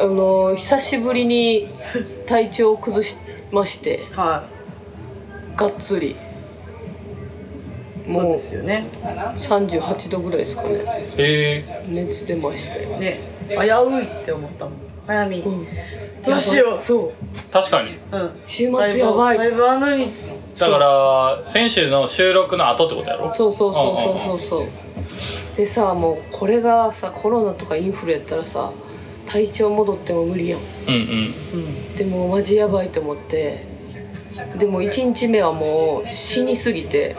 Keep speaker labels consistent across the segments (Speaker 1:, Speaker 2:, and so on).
Speaker 1: あの久しぶりに体調を崩しまして
Speaker 2: は
Speaker 1: がっつり
Speaker 2: いそう
Speaker 1: もう
Speaker 2: ですよね
Speaker 1: 38度ぐらいですかね
Speaker 3: え
Speaker 1: 熱出ましたよ、
Speaker 2: ね危ういって思ったもん早見、
Speaker 1: うん、
Speaker 2: どうしよう
Speaker 1: やばいそう
Speaker 3: ー、確かに。
Speaker 2: うん
Speaker 1: 週末やば
Speaker 2: ライ
Speaker 1: い
Speaker 2: ブあんのに
Speaker 3: だから、先週の収録の後ってことやろ
Speaker 1: そうそうそうそうそうそうでさもうこれがさコロナとかインフルやったらさ体調戻っても無理やん
Speaker 3: うんうん。
Speaker 1: でもマジやばいと思ってでも1日目はもう死にすぎて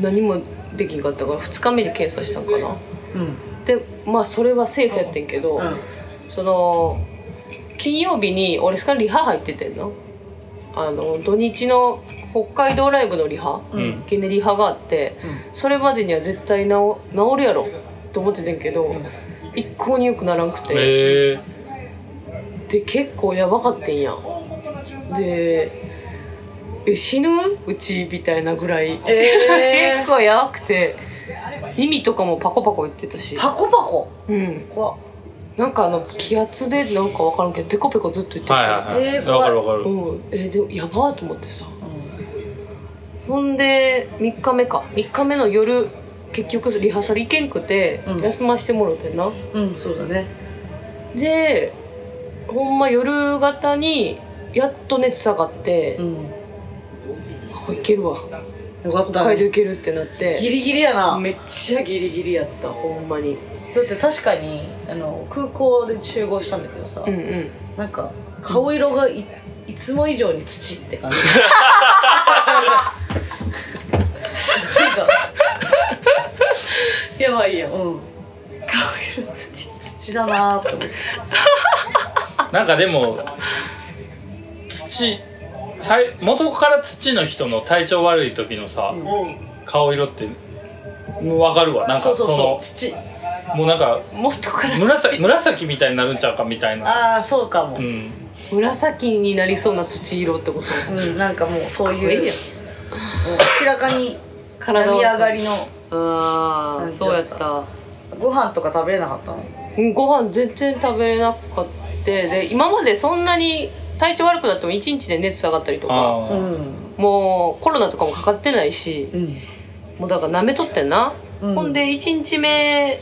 Speaker 1: 何もできんかったから2日目に検査したんかな
Speaker 2: うん
Speaker 1: でまあそれはセーフやってんけど、
Speaker 2: うん
Speaker 1: その金曜日に俺すかリハ入っててんのあの土日の北海道ライブのリハ、
Speaker 3: ん
Speaker 1: ゲネリハがあって、それまでには絶対治治るやろと思っててんけど、一向によくならんくて。
Speaker 3: え
Speaker 1: で結構やばかってんやんでえ死ぬうちみたいなぐらい、
Speaker 2: え
Speaker 1: 結構やばくて耳とかもパコパコ言ってたし
Speaker 2: ー、パコパコ
Speaker 1: うん
Speaker 2: 怖っ
Speaker 1: なんかあの気圧でなんか分からんけどペコペコずっと言ってて、
Speaker 3: ー、はいはいはい。
Speaker 2: えー
Speaker 3: わ、
Speaker 2: 怖
Speaker 3: か
Speaker 2: い
Speaker 3: るわかる。
Speaker 1: うんえでもやばーと思ってさほんで3日目か3日目の夜結局リハーサル行けんくて、
Speaker 2: うん
Speaker 1: 休ましてもろてんな
Speaker 2: うんそうだね
Speaker 1: でほんま夜型にやっと熱下がって、
Speaker 2: うん
Speaker 1: あいけるわ
Speaker 2: よかっ
Speaker 1: 北
Speaker 2: た、
Speaker 1: 海道
Speaker 2: ね、
Speaker 1: 行けるってなって
Speaker 2: ギリギリやな
Speaker 1: めっちゃギリギリやったほんまに
Speaker 2: だって確かにあの空港で集合したんだけどさ、
Speaker 1: うんうん
Speaker 2: なんか顔色がい,、いつも以上に土っ て感じなんか
Speaker 1: やばいやん
Speaker 2: うん
Speaker 1: 顔色つき
Speaker 2: 土だなーと思って
Speaker 3: なんかでも、土、さい元から土の人の体調悪い時のさ、顔色って、わかるわ。なん
Speaker 2: そ
Speaker 3: か
Speaker 2: う
Speaker 3: そ
Speaker 2: そう
Speaker 3: の、
Speaker 2: そう土
Speaker 3: もうなんか、
Speaker 1: 元から
Speaker 3: 紫
Speaker 1: 土
Speaker 3: 紫みたいになるんちゃうかみたいな。
Speaker 2: ああそうかも
Speaker 3: う
Speaker 2: うん、
Speaker 3: ん。
Speaker 1: 紫になりそうな土色ってこと
Speaker 2: なんかもうそういう
Speaker 1: いいや
Speaker 2: もう明らかに
Speaker 1: 体
Speaker 2: 病
Speaker 1: は
Speaker 2: み上がりの
Speaker 1: ああ
Speaker 2: 感じ
Speaker 1: そう
Speaker 2: だ
Speaker 1: や
Speaker 2: っ
Speaker 1: ったた
Speaker 2: ご飯とか食べれなかったの
Speaker 1: うんご飯全然食べれなかったで今までそんなに体調悪くなっても1日で熱下がったりとか
Speaker 3: あ
Speaker 2: う
Speaker 3: ー
Speaker 2: ん
Speaker 1: もうコロナとかもかかってないし
Speaker 2: うん
Speaker 1: もうだから舐めとってんな、
Speaker 2: うん
Speaker 1: ほんで1日目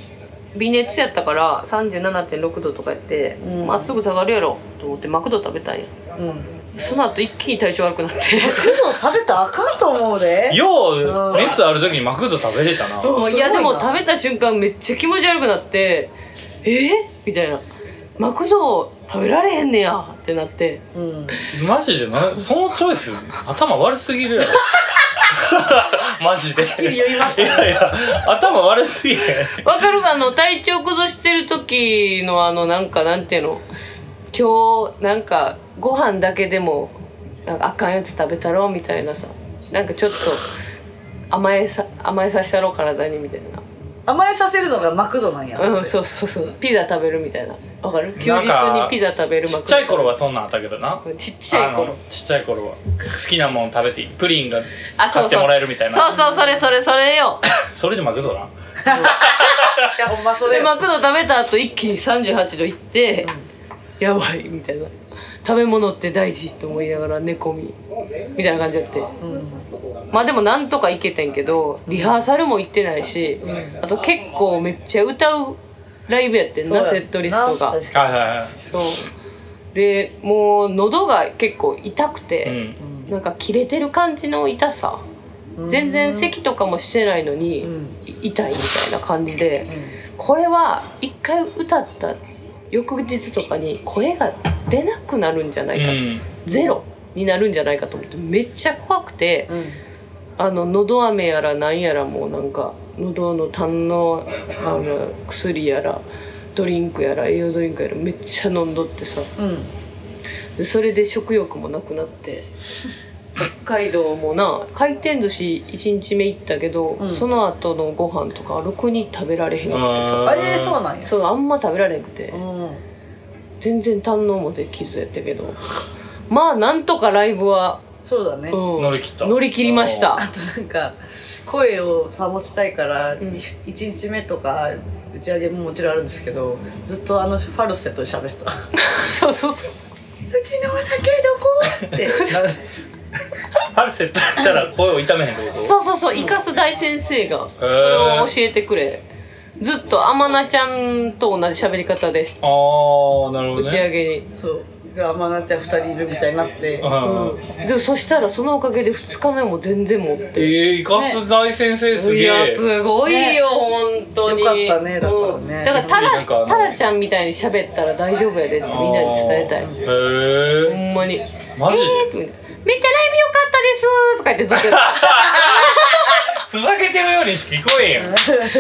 Speaker 1: 微熱やったから37.6度とかやって、
Speaker 2: うん
Speaker 1: まあすぐ下がるやろと思ってマクド食べたんや
Speaker 2: うん
Speaker 1: その後一気に体調悪くなって
Speaker 2: けど食べたらあかんと思うで
Speaker 3: よう、熱ある時にマクド食べれたな。
Speaker 2: ごいない
Speaker 1: やでも食べた瞬間めっちゃ気持ち悪くなってえー、みたいなマクド食べられへんねやってなって
Speaker 2: うん
Speaker 3: マジでな、そのチョイス、頭悪すぎるやろ。 マジで。
Speaker 2: きり言いまし
Speaker 3: い
Speaker 2: たね
Speaker 3: やいや、頭悪すぎへん。
Speaker 1: わかるあの体調崩してる時のあのなんかなんていうの今日なんかご飯だけでもなんかあかんやつ食べたろうみたいなさなんかちょっと甘えさ甘えさせたろう体にみたい
Speaker 2: 甘えさせるのがマクドなんや、
Speaker 1: なうんそうそうそうピザ食べるみたいなわかる休
Speaker 3: なん
Speaker 1: 日
Speaker 3: か
Speaker 1: にピザ食べる
Speaker 3: ちっちゃい頃はそんなんあったけどな。
Speaker 1: ちっちゃい
Speaker 3: あ
Speaker 1: 頃
Speaker 3: のちっちゃい頃は。好きなもん食べていい。プリンが
Speaker 1: あ
Speaker 3: 買
Speaker 1: そう
Speaker 3: って
Speaker 1: そう
Speaker 3: もらえるみたいな。
Speaker 1: そうそうそれそれそれよ
Speaker 3: それでマクドな。
Speaker 2: いやほんまそ
Speaker 1: で
Speaker 2: れ
Speaker 1: マクド食べた後一気に38度いって、やばいみたいな食べ物って大事と思いながら寝込みみたいな感じやって、まあでもなんとか行けてんけどリハーサルも行ってないし、あと結構めっちゃ歌うライブやってんなセットリストが
Speaker 2: 確か
Speaker 3: はいはいはい。
Speaker 1: そうでもう喉が結構痛く
Speaker 3: う
Speaker 1: て、
Speaker 3: ん。
Speaker 1: なんか切れてる感じの痛さ全然咳とかもしてないのに、
Speaker 2: ん
Speaker 1: い痛いみたいな感じで、これは一回歌った翌日とかに声が出なくなるんじゃな
Speaker 3: う
Speaker 1: いかと、
Speaker 3: ん。
Speaker 1: ゼロになるんじゃないかと思ってめっちゃ怖くて、
Speaker 2: に
Speaker 1: あの喉飴やらなんやらもうなんか喉の痰のあの薬やらドリンクやら栄養ドリンクやらめっちゃ飲んどってさ
Speaker 2: うんうん
Speaker 1: でそれで食欲もなくなって北海道もな回転寿司1日目行ったけど、
Speaker 2: ん
Speaker 1: その後のご飯とかろくに食べられへんくて
Speaker 3: うん
Speaker 1: さ
Speaker 2: あえー、そうなんや
Speaker 1: そうあんま食べられへんくて
Speaker 2: うん
Speaker 1: 全然堪能もできずやったけどまあなんとかライブは、
Speaker 2: そうだね、
Speaker 1: うん、
Speaker 3: 乗り切った
Speaker 1: 乗り切りまし
Speaker 2: あ
Speaker 1: た
Speaker 2: となんか声を保ちたいから、い一日目とか打ち上げももちろんあるんですけどずっとあのファルセットで 喋ってた「
Speaker 1: そうそうそうそう
Speaker 2: うちのお酒どこ?」って
Speaker 3: なファルセットやったら声を痛めへんってこと
Speaker 1: そうそうそうイカス大先生がそれを教えてくれずっと天菜ちゃんと同じ喋り方でし
Speaker 3: ああなるほ
Speaker 1: 打
Speaker 3: ど
Speaker 1: ち上
Speaker 3: ね
Speaker 1: げに、
Speaker 2: そう甘なちゃん2人いるみたいになって
Speaker 3: うん
Speaker 1: でもそしたらそのおかげで2日目も全然持って
Speaker 3: えー、イカス大先生す
Speaker 1: い
Speaker 3: げ
Speaker 1: や
Speaker 3: え
Speaker 1: すごいよ、本当に
Speaker 2: よかったねだからね
Speaker 1: うんだからタ
Speaker 3: なんかあ
Speaker 1: ラ
Speaker 3: の
Speaker 1: タラちゃんみたいに喋ったら大丈夫やでってみんなに伝えたい
Speaker 3: へえ
Speaker 1: ほんまに
Speaker 3: マジで、
Speaker 1: 「めっちゃライブ良かったです」とか言って ずっと
Speaker 3: ふざけてるようにしか聞こえんやん
Speaker 1: 「めっちゃ良かっ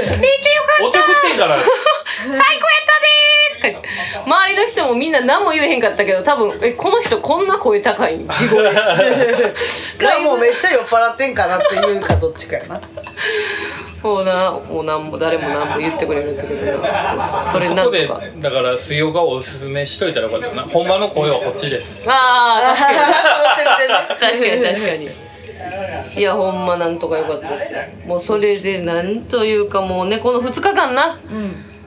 Speaker 1: た
Speaker 3: おちょくってんから
Speaker 1: 最高やったでー」とか言って周りの人もみんな何も言えへんかったけど多分「えこの人こんな声高いん地 声」
Speaker 2: がもうめっちゃ酔っ払ってんかなってい うかどっちかやな
Speaker 1: そうなもう何も誰も何も言ってくれるんだけどな そうそうそれ
Speaker 3: そ
Speaker 1: な
Speaker 3: こ
Speaker 1: ん
Speaker 3: で
Speaker 1: とか。
Speaker 3: だから水曜がおすすめしといたらよかったな本場の声はこっちですね
Speaker 1: ああ確かに
Speaker 2: 確
Speaker 1: 確かに 確かにいやほんまなんとか良かったですよもうそれでなんというかもうねこの2日間な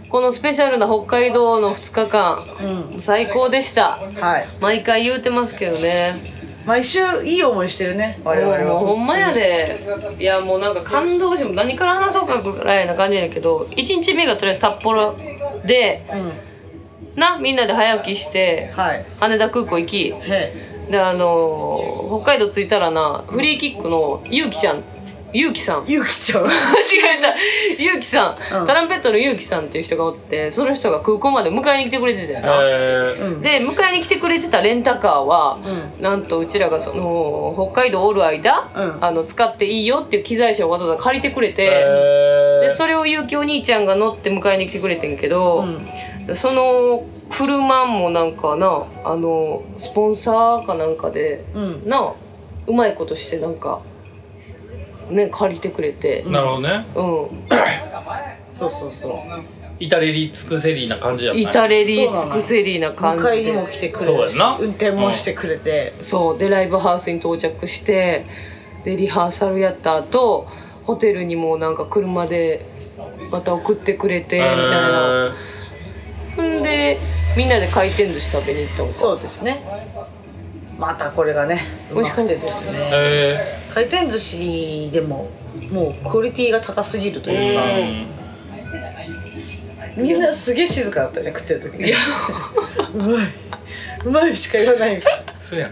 Speaker 1: このスペシャルな北海道の2日間
Speaker 2: うんうん
Speaker 1: 最高でした
Speaker 2: はい
Speaker 1: 毎回言うてますけどね
Speaker 2: 毎週いい思いしてるね我々
Speaker 1: もうほ
Speaker 2: は
Speaker 1: んまやでいやもうなんか感動して何から話そうかぐらいな感じだけど1日目がとりあえず札幌で
Speaker 2: うん
Speaker 1: なみんなで早起きして
Speaker 2: はい
Speaker 1: 羽田空港行き
Speaker 2: へ
Speaker 1: であのー北海道着いたらなフリーキックのゆうきちゃんゆうきさん
Speaker 2: いゆきちゃん
Speaker 1: 間違えたゆうきさん、
Speaker 2: うん
Speaker 1: トランペットのゆうきさんっていう人がおってその人が空港まで迎えに来てくれてたよ
Speaker 3: え
Speaker 1: な、
Speaker 3: ー、
Speaker 1: で迎えに来てくれてたレンタカーは、なんとうちらがその北海道おる間、
Speaker 2: うん
Speaker 1: あの使っていいよっていう機材車をわざわざ借りてくれて、
Speaker 3: え
Speaker 1: でそれをゆうきお兄ちゃんが乗って迎えに来てくれてんけど、その車もなんかなあのスポンサーかなんかで、
Speaker 2: うん
Speaker 1: なうまいことしてなんかね借りてくれて、
Speaker 3: なるほどね
Speaker 1: うん、
Speaker 2: そうそうそう
Speaker 3: 至れり尽くせりな感じやったね
Speaker 1: 至れり尽くせりな感
Speaker 2: 迎え
Speaker 1: じ
Speaker 2: に
Speaker 1: で
Speaker 2: も来てくれるし
Speaker 3: そうやな
Speaker 2: 運転もしてくれて
Speaker 1: そうでライブハウスに到着してでリハーサルやった後ホテルにもなんか車でまた送ってくれてみたいな、
Speaker 3: えー
Speaker 1: ほんでみんなで回転寿司食べに行ったのか
Speaker 2: そうですねまたこれがねう
Speaker 1: 美
Speaker 2: ま
Speaker 1: 味しかっ
Speaker 2: く
Speaker 1: た
Speaker 2: てですね
Speaker 3: え
Speaker 2: 回転寿司でももうクオリティが高すぎると
Speaker 1: う
Speaker 2: いうか
Speaker 1: ん
Speaker 3: ー
Speaker 2: みんなすげえ静かだったよね食ってる時にうまいうまいしか言わないみたいな
Speaker 3: そうやん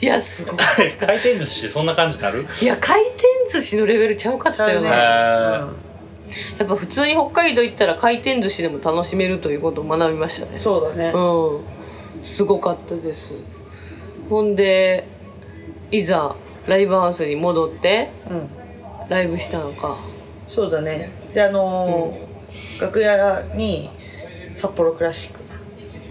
Speaker 1: いやすごい
Speaker 3: 回転寿司でそんな感じになる
Speaker 1: いや回転寿司のレベルちゃうかったよ
Speaker 2: ちゃうね
Speaker 1: ね
Speaker 3: え
Speaker 1: やっぱ普通に北海道行ったら回転寿司でも楽しめるということを学びましたね
Speaker 2: そうだね
Speaker 1: うんすごかったですほんでいざライブハウスに戻って
Speaker 2: うん
Speaker 1: ライブしたのか
Speaker 2: そうだねであのー楽屋に札幌クラシックが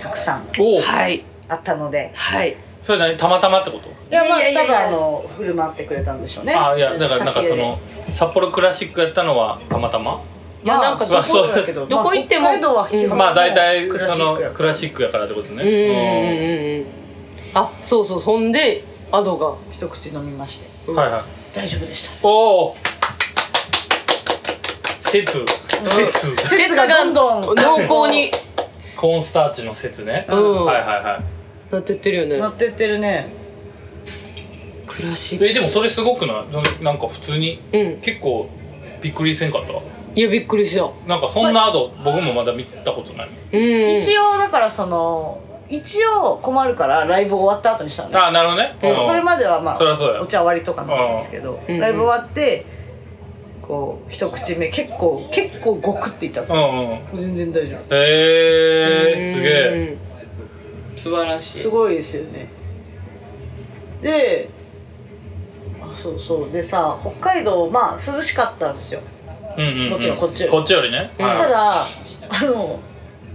Speaker 2: たくさん
Speaker 3: ー、おお、
Speaker 1: はい
Speaker 2: あったので
Speaker 1: はい
Speaker 3: それ何たまたまってこと
Speaker 2: いやまあ
Speaker 1: いやいや
Speaker 2: 多
Speaker 1: いや
Speaker 2: 分あの振る舞ってくれたんでしょうね
Speaker 3: あいやだからなん
Speaker 2: 差し
Speaker 3: かそ
Speaker 2: 入れで
Speaker 3: の札幌クラシックやったのはたまたま
Speaker 1: いやなんか
Speaker 2: まあ
Speaker 1: どこ
Speaker 2: そうだけど
Speaker 1: どこ行っても
Speaker 2: まあ北海道は基本
Speaker 3: まあ大体その
Speaker 2: クラシックや
Speaker 3: クラシックやからってこ
Speaker 1: う
Speaker 3: と
Speaker 1: んうん
Speaker 3: ね
Speaker 1: うんうんあそうそうほんでアドが
Speaker 2: 一口飲みまして
Speaker 3: うんはいはい
Speaker 2: 大丈夫でした
Speaker 3: おお説説
Speaker 2: 節がどんどん
Speaker 1: 濃厚に
Speaker 3: コーンスターチの説ね、
Speaker 1: うん
Speaker 3: はいはいは
Speaker 1: なってってるよね
Speaker 2: なってってるね
Speaker 1: クラシ
Speaker 3: い
Speaker 1: ック
Speaker 3: えでもそれすごくないそのなんか普通に、
Speaker 1: うん
Speaker 3: 結構びっくりせんかった
Speaker 1: いやびっくりした
Speaker 3: なんかそんなアド僕もまだ見たことない
Speaker 1: うん
Speaker 2: 一応だからその一応困るからライブ終わった後にしたのね
Speaker 3: ああなるほどね
Speaker 2: そう
Speaker 3: うん
Speaker 2: それまではまあ
Speaker 3: そりゃそうや
Speaker 2: お茶割りとかなんですけど
Speaker 1: うん
Speaker 2: ライブ終わってこう一口目結構結構ごくっていったの
Speaker 3: うんうん
Speaker 2: 全然大丈夫
Speaker 3: え
Speaker 1: う
Speaker 3: ー、
Speaker 1: ん
Speaker 3: すげえ
Speaker 1: 素晴らしい
Speaker 2: すごいですよねであそうそうでさ北海道まあ涼しかったんですよ
Speaker 3: うんうん、うん、
Speaker 2: もちろんこっちより
Speaker 3: こっちよりね、
Speaker 1: うん
Speaker 3: はい
Speaker 2: ただあの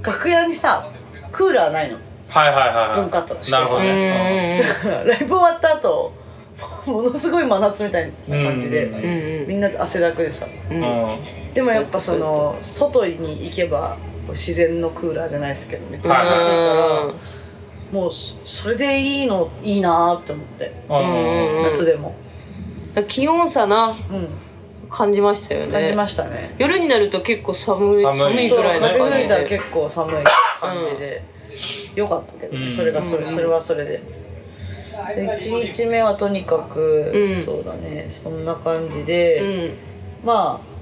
Speaker 2: 楽屋にさクーラーないの
Speaker 3: はいはいはいはい
Speaker 2: 文化として
Speaker 3: なるほど
Speaker 1: うんうん
Speaker 3: ね
Speaker 2: ライブ終わった後ものすごい真夏みたいな感じで、
Speaker 1: うんうん
Speaker 2: みんな汗だくでさ
Speaker 1: う
Speaker 3: うんん、
Speaker 1: うん
Speaker 3: うん
Speaker 2: でもやっぱその外に行けば自然のクーラーじゃないですけどめっちゃ涼しい
Speaker 1: あ
Speaker 2: からもうそそれでいいのいいなーって思って、
Speaker 3: あの
Speaker 1: うん
Speaker 2: 夏でも
Speaker 1: ー気温差な
Speaker 2: うん
Speaker 1: 感じましたよね
Speaker 2: 感じましたね
Speaker 1: 夜になると結構寒い
Speaker 3: 寒い
Speaker 1: 寒い
Speaker 2: そ
Speaker 1: ぐ
Speaker 2: う
Speaker 1: らい
Speaker 2: 風
Speaker 1: な感
Speaker 2: 吹い
Speaker 1: じ
Speaker 2: たら
Speaker 1: で
Speaker 2: 結構寒い感じで、良かったけどね、
Speaker 3: うん
Speaker 2: それがそれそれはそれで。で1日目はとにかく、
Speaker 1: うん
Speaker 2: そうだねそんな感じで、
Speaker 1: うん
Speaker 2: まあ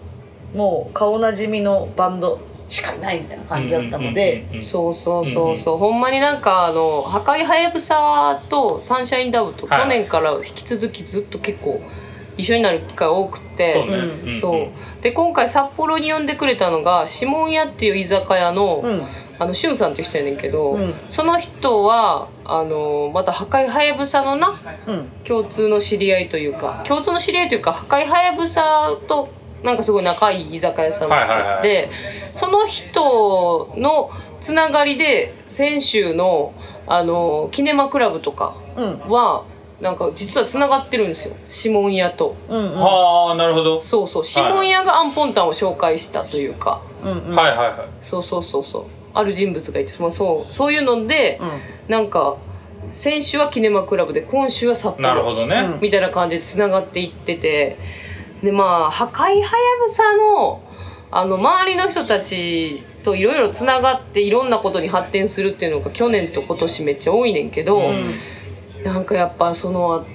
Speaker 2: もう顔なじみのバンドしかいないみたいな感じだったので、
Speaker 3: うんうんうんうん
Speaker 1: そうそうそうそう、ほんまになんかあの「破壊はやぶさ」と「サンシャインダブ」と
Speaker 3: はい
Speaker 1: 去年から引き続きずっと結構一緒になる機会多くて
Speaker 3: そうね、
Speaker 2: うん
Speaker 3: ん
Speaker 1: そうで今回札幌に呼んでくれたのが指紋屋っていう居酒屋の、
Speaker 2: うん
Speaker 1: あのしゅんさんっていう人やねんけど、
Speaker 2: うん
Speaker 1: その人はあのまた破壊はやぶさのな
Speaker 2: うん
Speaker 1: 共通の知り合いというか共通の知り合いというか破壊はやぶさとなんかすごい仲いい居酒屋さんのやつで、
Speaker 3: は
Speaker 1: その人のつながりで先週のあのキネマクラブとか
Speaker 2: うん
Speaker 1: はなんか実はつながってるんですよ指紋屋と
Speaker 2: うんうん
Speaker 3: はあなるほど、
Speaker 1: そうそう指紋屋がアンポンタンを紹介したというか、
Speaker 2: うんうん
Speaker 3: はいはいはい
Speaker 1: そうそうそうそうある人物がいてそのそうそういうので、なんか先週はキネマクラブで今週は札幌
Speaker 3: なるほどね、
Speaker 2: うん
Speaker 1: みたいな感じでつながっていっててでまあ破壊はやぶさのあの周りの人たちといろいろつながっていろんなことに発展するっていうのが去年と今年めっちゃ多いねんけど、
Speaker 3: う
Speaker 1: なんかやっぱその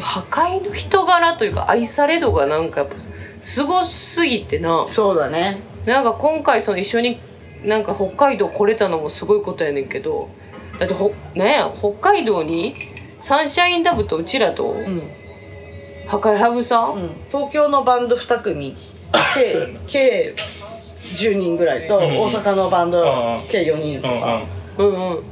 Speaker 1: 破壊の人柄というか愛され度がなんかやっぱすごすぎてな
Speaker 2: そうだね
Speaker 1: なんか今回その一緒になんか北海道来れたのもすごいことやねんけどだってほなんや北海道にサンシャインダブとうちらと
Speaker 2: うん、
Speaker 1: 破壊ハブさん、
Speaker 2: うん、東京のバンド2組計計10人ぐらいと、
Speaker 3: んうん
Speaker 2: 大阪のバン
Speaker 3: うんう
Speaker 2: ド
Speaker 3: ん
Speaker 2: 計4人と
Speaker 3: うん
Speaker 2: か
Speaker 1: うんうん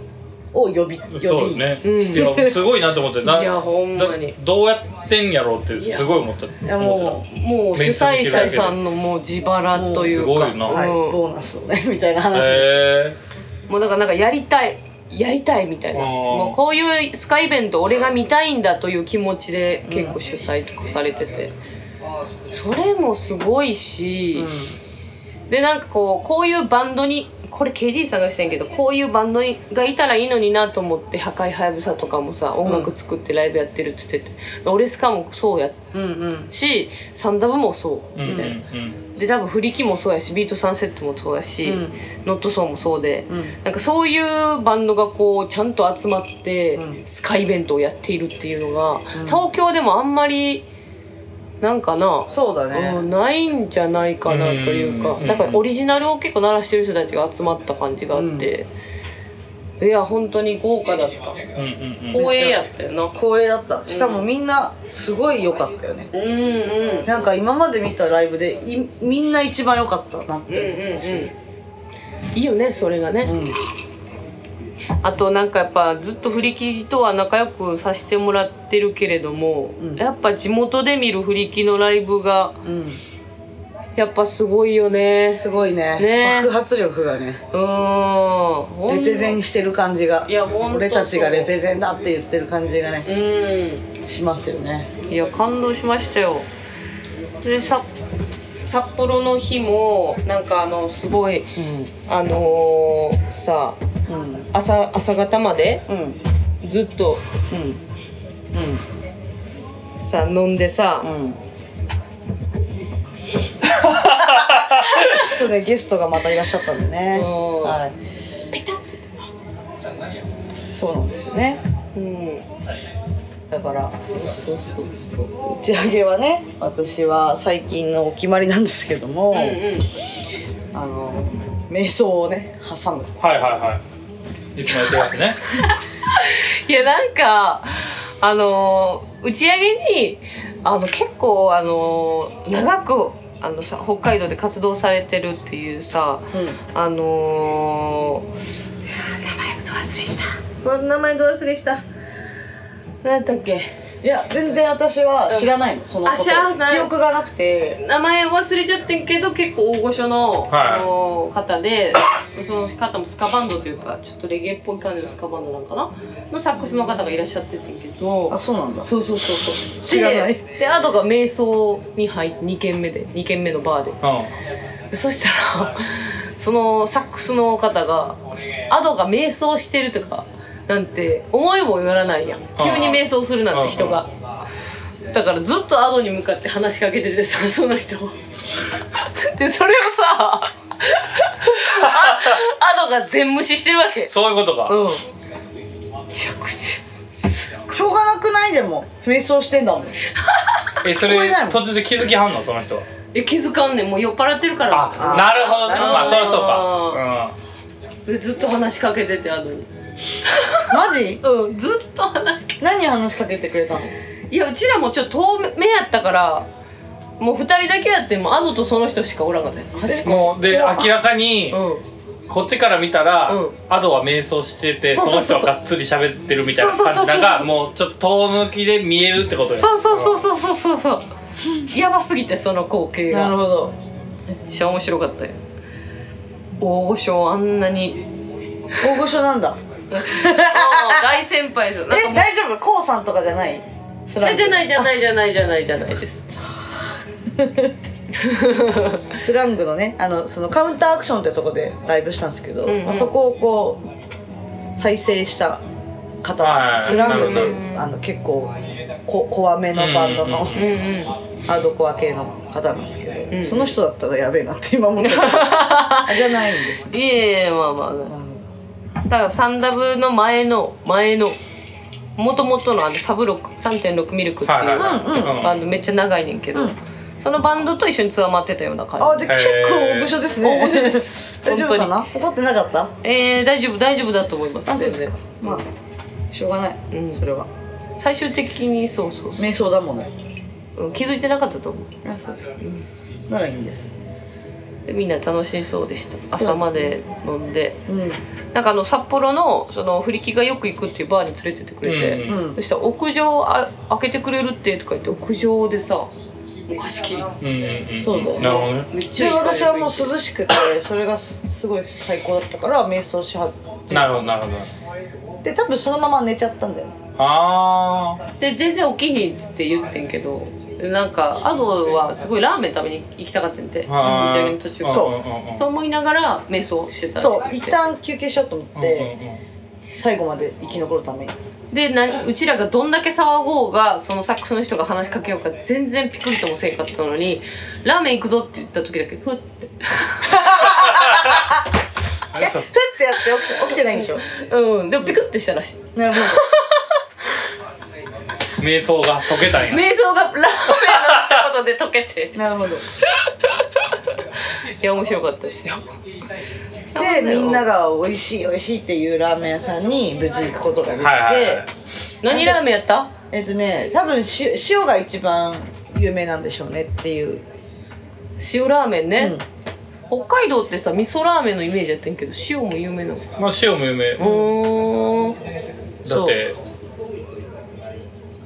Speaker 2: を呼び、
Speaker 3: うん、
Speaker 2: 呼
Speaker 3: そう
Speaker 2: び、
Speaker 3: ね、
Speaker 1: ん
Speaker 3: いやすごいなと思ってない
Speaker 1: やほんまに
Speaker 3: だどうやってんやろうってすごい思った
Speaker 2: いや
Speaker 3: 思っ
Speaker 2: も
Speaker 3: て
Speaker 1: もう主催者さんのもう自腹というか
Speaker 3: すごいな
Speaker 2: う、はい、
Speaker 1: うん
Speaker 2: ボーナスをね みたいな話
Speaker 3: た
Speaker 2: です、
Speaker 3: へ
Speaker 1: もうだからなんかやりたいやりたいみたいな
Speaker 3: うん
Speaker 1: もうこういうスカイイベント俺が見たいんだという気持ちで結構主催とかされてて、それもすごいし、でなんかこうこういうバンドにこれ KG さんがしてんけどこういうバンドにがいたらいいのになと思って「破壊はやぶさ」とかもさ音楽作ってライブやってるっつってて、俺スカもそうや
Speaker 2: うん、うんうん
Speaker 1: しサンダブもそう
Speaker 3: えうん
Speaker 1: み
Speaker 3: うんう
Speaker 1: たいな。
Speaker 3: ん
Speaker 1: で多分フリキもそうやしビートサンセットもそうやし、
Speaker 2: うん
Speaker 1: ノットソーもそうで、
Speaker 2: ん
Speaker 1: なんかそういうバンドがこうちゃんと集まって、
Speaker 2: うん
Speaker 1: スカイイベントをやっているっていうのが、東京でもあんまりなんかな、
Speaker 2: そうだ
Speaker 1: う
Speaker 2: ね
Speaker 1: んないんじゃないかなというか、
Speaker 3: うん
Speaker 1: なんかオリジナルを結構鳴らしてる人たちが集まった感じがあって、いや本当に豪華だった
Speaker 3: うんうんうん
Speaker 1: 光栄やったよな
Speaker 2: 光栄だったしかもみんなすごい良かったよね、
Speaker 1: うんうん
Speaker 2: なんか今まで見たライブでいみんな一番良かったなっ
Speaker 1: うんうん
Speaker 2: て思ったし、
Speaker 1: うんいいよねそれがね、
Speaker 2: うん
Speaker 1: あとなんかやっぱずっと振り切りとは仲良くさせてもらってるけれども、
Speaker 2: ん
Speaker 1: やっぱ地元で見る振り切りのライブが
Speaker 2: うん
Speaker 1: やっぱすごいよね
Speaker 2: すごいね
Speaker 1: ね
Speaker 2: 爆発力がね
Speaker 1: うーんほん
Speaker 2: レペゼンしてる感じが
Speaker 1: いやほんとそう
Speaker 2: 俺たちがレペゼンだって言ってる感じがね
Speaker 1: う
Speaker 2: しますよね
Speaker 1: んいや感動しましたよでさ札幌の日もなんかあのすごい、あのーさ
Speaker 2: うん
Speaker 1: 朝朝方まで
Speaker 2: うん
Speaker 1: ずっとさ飲んでさ、
Speaker 2: うんうんちょっとねゲストがまたいらっしゃったんでね
Speaker 1: うん
Speaker 2: はい
Speaker 1: ペタッて
Speaker 2: そうなんですよね
Speaker 1: うん
Speaker 2: だから
Speaker 1: そうそうそう
Speaker 2: 打ち上げはね私は最近のお決まりなんですけども、
Speaker 1: うんうん
Speaker 2: あの瞑想をね挟む
Speaker 3: はいはいはいいつもやってるやつね
Speaker 1: いやなんかあのー打ち上げにあの結構あのー長くあのさ北海道で活動されてるっていうさ、あのーいやー名前ど忘れした名前ど忘れした何だっけ
Speaker 2: いや全然私は知らないのそのこ
Speaker 1: あ知らな
Speaker 2: と
Speaker 1: い
Speaker 2: 記憶がなくて
Speaker 1: 名前忘れちゃってんけど結構大御所の,、
Speaker 3: はい
Speaker 1: あの方でその方もスカバンドというかちょっとレゲエっぽい感じのスカバンドなんかなのサックスの方がいらっしゃっててんけど
Speaker 2: あそうなんだ
Speaker 1: そうそうそうそう
Speaker 2: 知らない
Speaker 1: ででアドが瞑想に入って2軒目で2軒目のバーで
Speaker 3: う
Speaker 1: でそしたら そのサックスの方がアドが瞑想してるとかなんて思いもよらないやん急に瞑想するなんて人がだからずっとアドに向かって話しかけててさ その人でそれをさあアドが全無視してるわけ
Speaker 3: そういうことか、
Speaker 1: うんめちゃくち
Speaker 2: しょうがなくないでも瞑想してんだもん
Speaker 3: えそ
Speaker 2: 聞こ
Speaker 3: れ
Speaker 2: えないもん
Speaker 3: 途中で気づきはんのその人は
Speaker 1: ゃえ気づかんねんもう酔っ払ってるから
Speaker 3: あなるほどね
Speaker 2: あー
Speaker 3: まあそりゃそうか
Speaker 1: でずっと話しかけててアドに
Speaker 2: マジ
Speaker 1: うんずっと話しかけ
Speaker 2: 何話しかけてくれたの
Speaker 1: いやうちらもちょっと遠目やったからもう二人だけやってもうアドとその人しかおらんかったよ端っ
Speaker 3: うんもうで明らかに
Speaker 1: こうん
Speaker 3: こっちから見たら、
Speaker 1: うん
Speaker 3: アドは瞑想してて
Speaker 1: そ
Speaker 3: そう
Speaker 1: そうそ
Speaker 3: の人
Speaker 1: うそう
Speaker 3: はがっつり喋ってるみたいな感じだ
Speaker 1: そうそうそう
Speaker 3: が
Speaker 1: そう
Speaker 3: もうちょっと遠抜きで見えるってことよ
Speaker 1: そうそうそうそうそうそうそうやばすぎてその光景が
Speaker 2: なるほど
Speaker 1: めっちゃ面白かったよ大御所あんなに
Speaker 2: 大御所なんだ
Speaker 1: ああ大先輩ですよなんか
Speaker 2: え
Speaker 1: もう
Speaker 2: 大丈夫こうさんとかじゃないスラ
Speaker 1: え
Speaker 2: ン
Speaker 1: じ
Speaker 2: プ
Speaker 1: ゃないじゃないじゃないじゃないじゃないです
Speaker 2: スラングのねあのそのカウンターアクションってとこでライブしたんですけど、
Speaker 1: うんうん
Speaker 2: まあ、そこをこう再生した方
Speaker 3: はいはい
Speaker 2: スラングと
Speaker 1: なるほ
Speaker 2: いう
Speaker 1: ど
Speaker 2: あの結構こ怖めのバンドの、
Speaker 3: うんうん
Speaker 1: うんうん
Speaker 2: ハードコア系の方なんですけ
Speaker 1: う
Speaker 2: ど、
Speaker 1: ん
Speaker 2: その人だったらやべえなって今思ったけ どあじゃないんですね
Speaker 1: いえいえまあまあまあだからサンダブの前の前のもともとのあのサブロック3.6ミルクっていう
Speaker 3: はいはいはい
Speaker 2: うん
Speaker 1: バンドめっちゃ長いねんけど、
Speaker 2: うん
Speaker 1: そのバンドと一緒にツアー回ってたような感じ
Speaker 2: あじゃあ結構大御所ですね
Speaker 1: 大御所です
Speaker 2: 大丈夫かな怒ってなかった
Speaker 1: えー、大丈夫大丈夫だと思います
Speaker 2: あそう
Speaker 1: 全
Speaker 2: です
Speaker 1: 然
Speaker 2: かまあしょうがない、
Speaker 1: うん
Speaker 2: それは
Speaker 1: 最終的にそうそうそ
Speaker 2: 瞑想だもんね
Speaker 1: ううん気づいてなかったと思う
Speaker 2: あそうです、ならいいんです
Speaker 1: でみんな楽しそうでした朝まで飲んで
Speaker 2: うん
Speaker 1: なんかあの札幌のそのフリキがよく行くっていうバーに連れてってくれて、
Speaker 3: うん
Speaker 2: うん
Speaker 1: そしたら屋上あ開けてくれるってとか言って屋上でさもう貸し切り
Speaker 3: うんうんうん
Speaker 2: そうだよ
Speaker 3: なるほどね
Speaker 1: めっちゃ
Speaker 2: で
Speaker 1: いい
Speaker 2: 私はもう涼しくてそれがすすごい最高だったから瞑想しはって
Speaker 3: なるほどなるほど
Speaker 2: で多分そのまま寝ちゃったんだよね
Speaker 3: ああ
Speaker 1: で全然起きひんっつって言ってんけどなんかアドはすごいラーメン食べに行きたかったんで打
Speaker 3: は
Speaker 1: ち
Speaker 3: い
Speaker 1: 上げの途中から
Speaker 2: そう
Speaker 3: うんうん
Speaker 1: そう思いながら瞑想してたらし
Speaker 2: そう
Speaker 1: くて
Speaker 2: 一旦休憩しようと思っ
Speaker 3: うんうん
Speaker 2: て最後まで生き残るために
Speaker 1: でなうちらがどんだけ騒ごうがそのサックスの人が話しかけようか全然ピクリともせんかったのにラーメン行くぞって言った時だけふって
Speaker 3: あれ
Speaker 2: ふ
Speaker 3: さ
Speaker 2: ってやって起き起きてないんでしょ
Speaker 1: うんでもピクッとしたらしい
Speaker 2: なるほ
Speaker 3: 瞑想が解けたんや
Speaker 1: 瞑想がラーメンのしたことで溶け て
Speaker 2: どなるほど
Speaker 1: いや面白かったですよ
Speaker 2: でみんなが美味しい美味しいっていうラーメン屋さんに無事行くことができて、
Speaker 3: はいはいはい
Speaker 1: 何ラーメンやった
Speaker 2: えっとね多分し塩が一番有名なんでしょうねっていう、
Speaker 1: 塩ラーメン
Speaker 2: う
Speaker 1: ね
Speaker 2: ん、、
Speaker 1: 北海道ってさ味噌ラーメンのイメージやったんやけど塩も有名なの
Speaker 3: まあ塩も有名
Speaker 1: う
Speaker 3: だって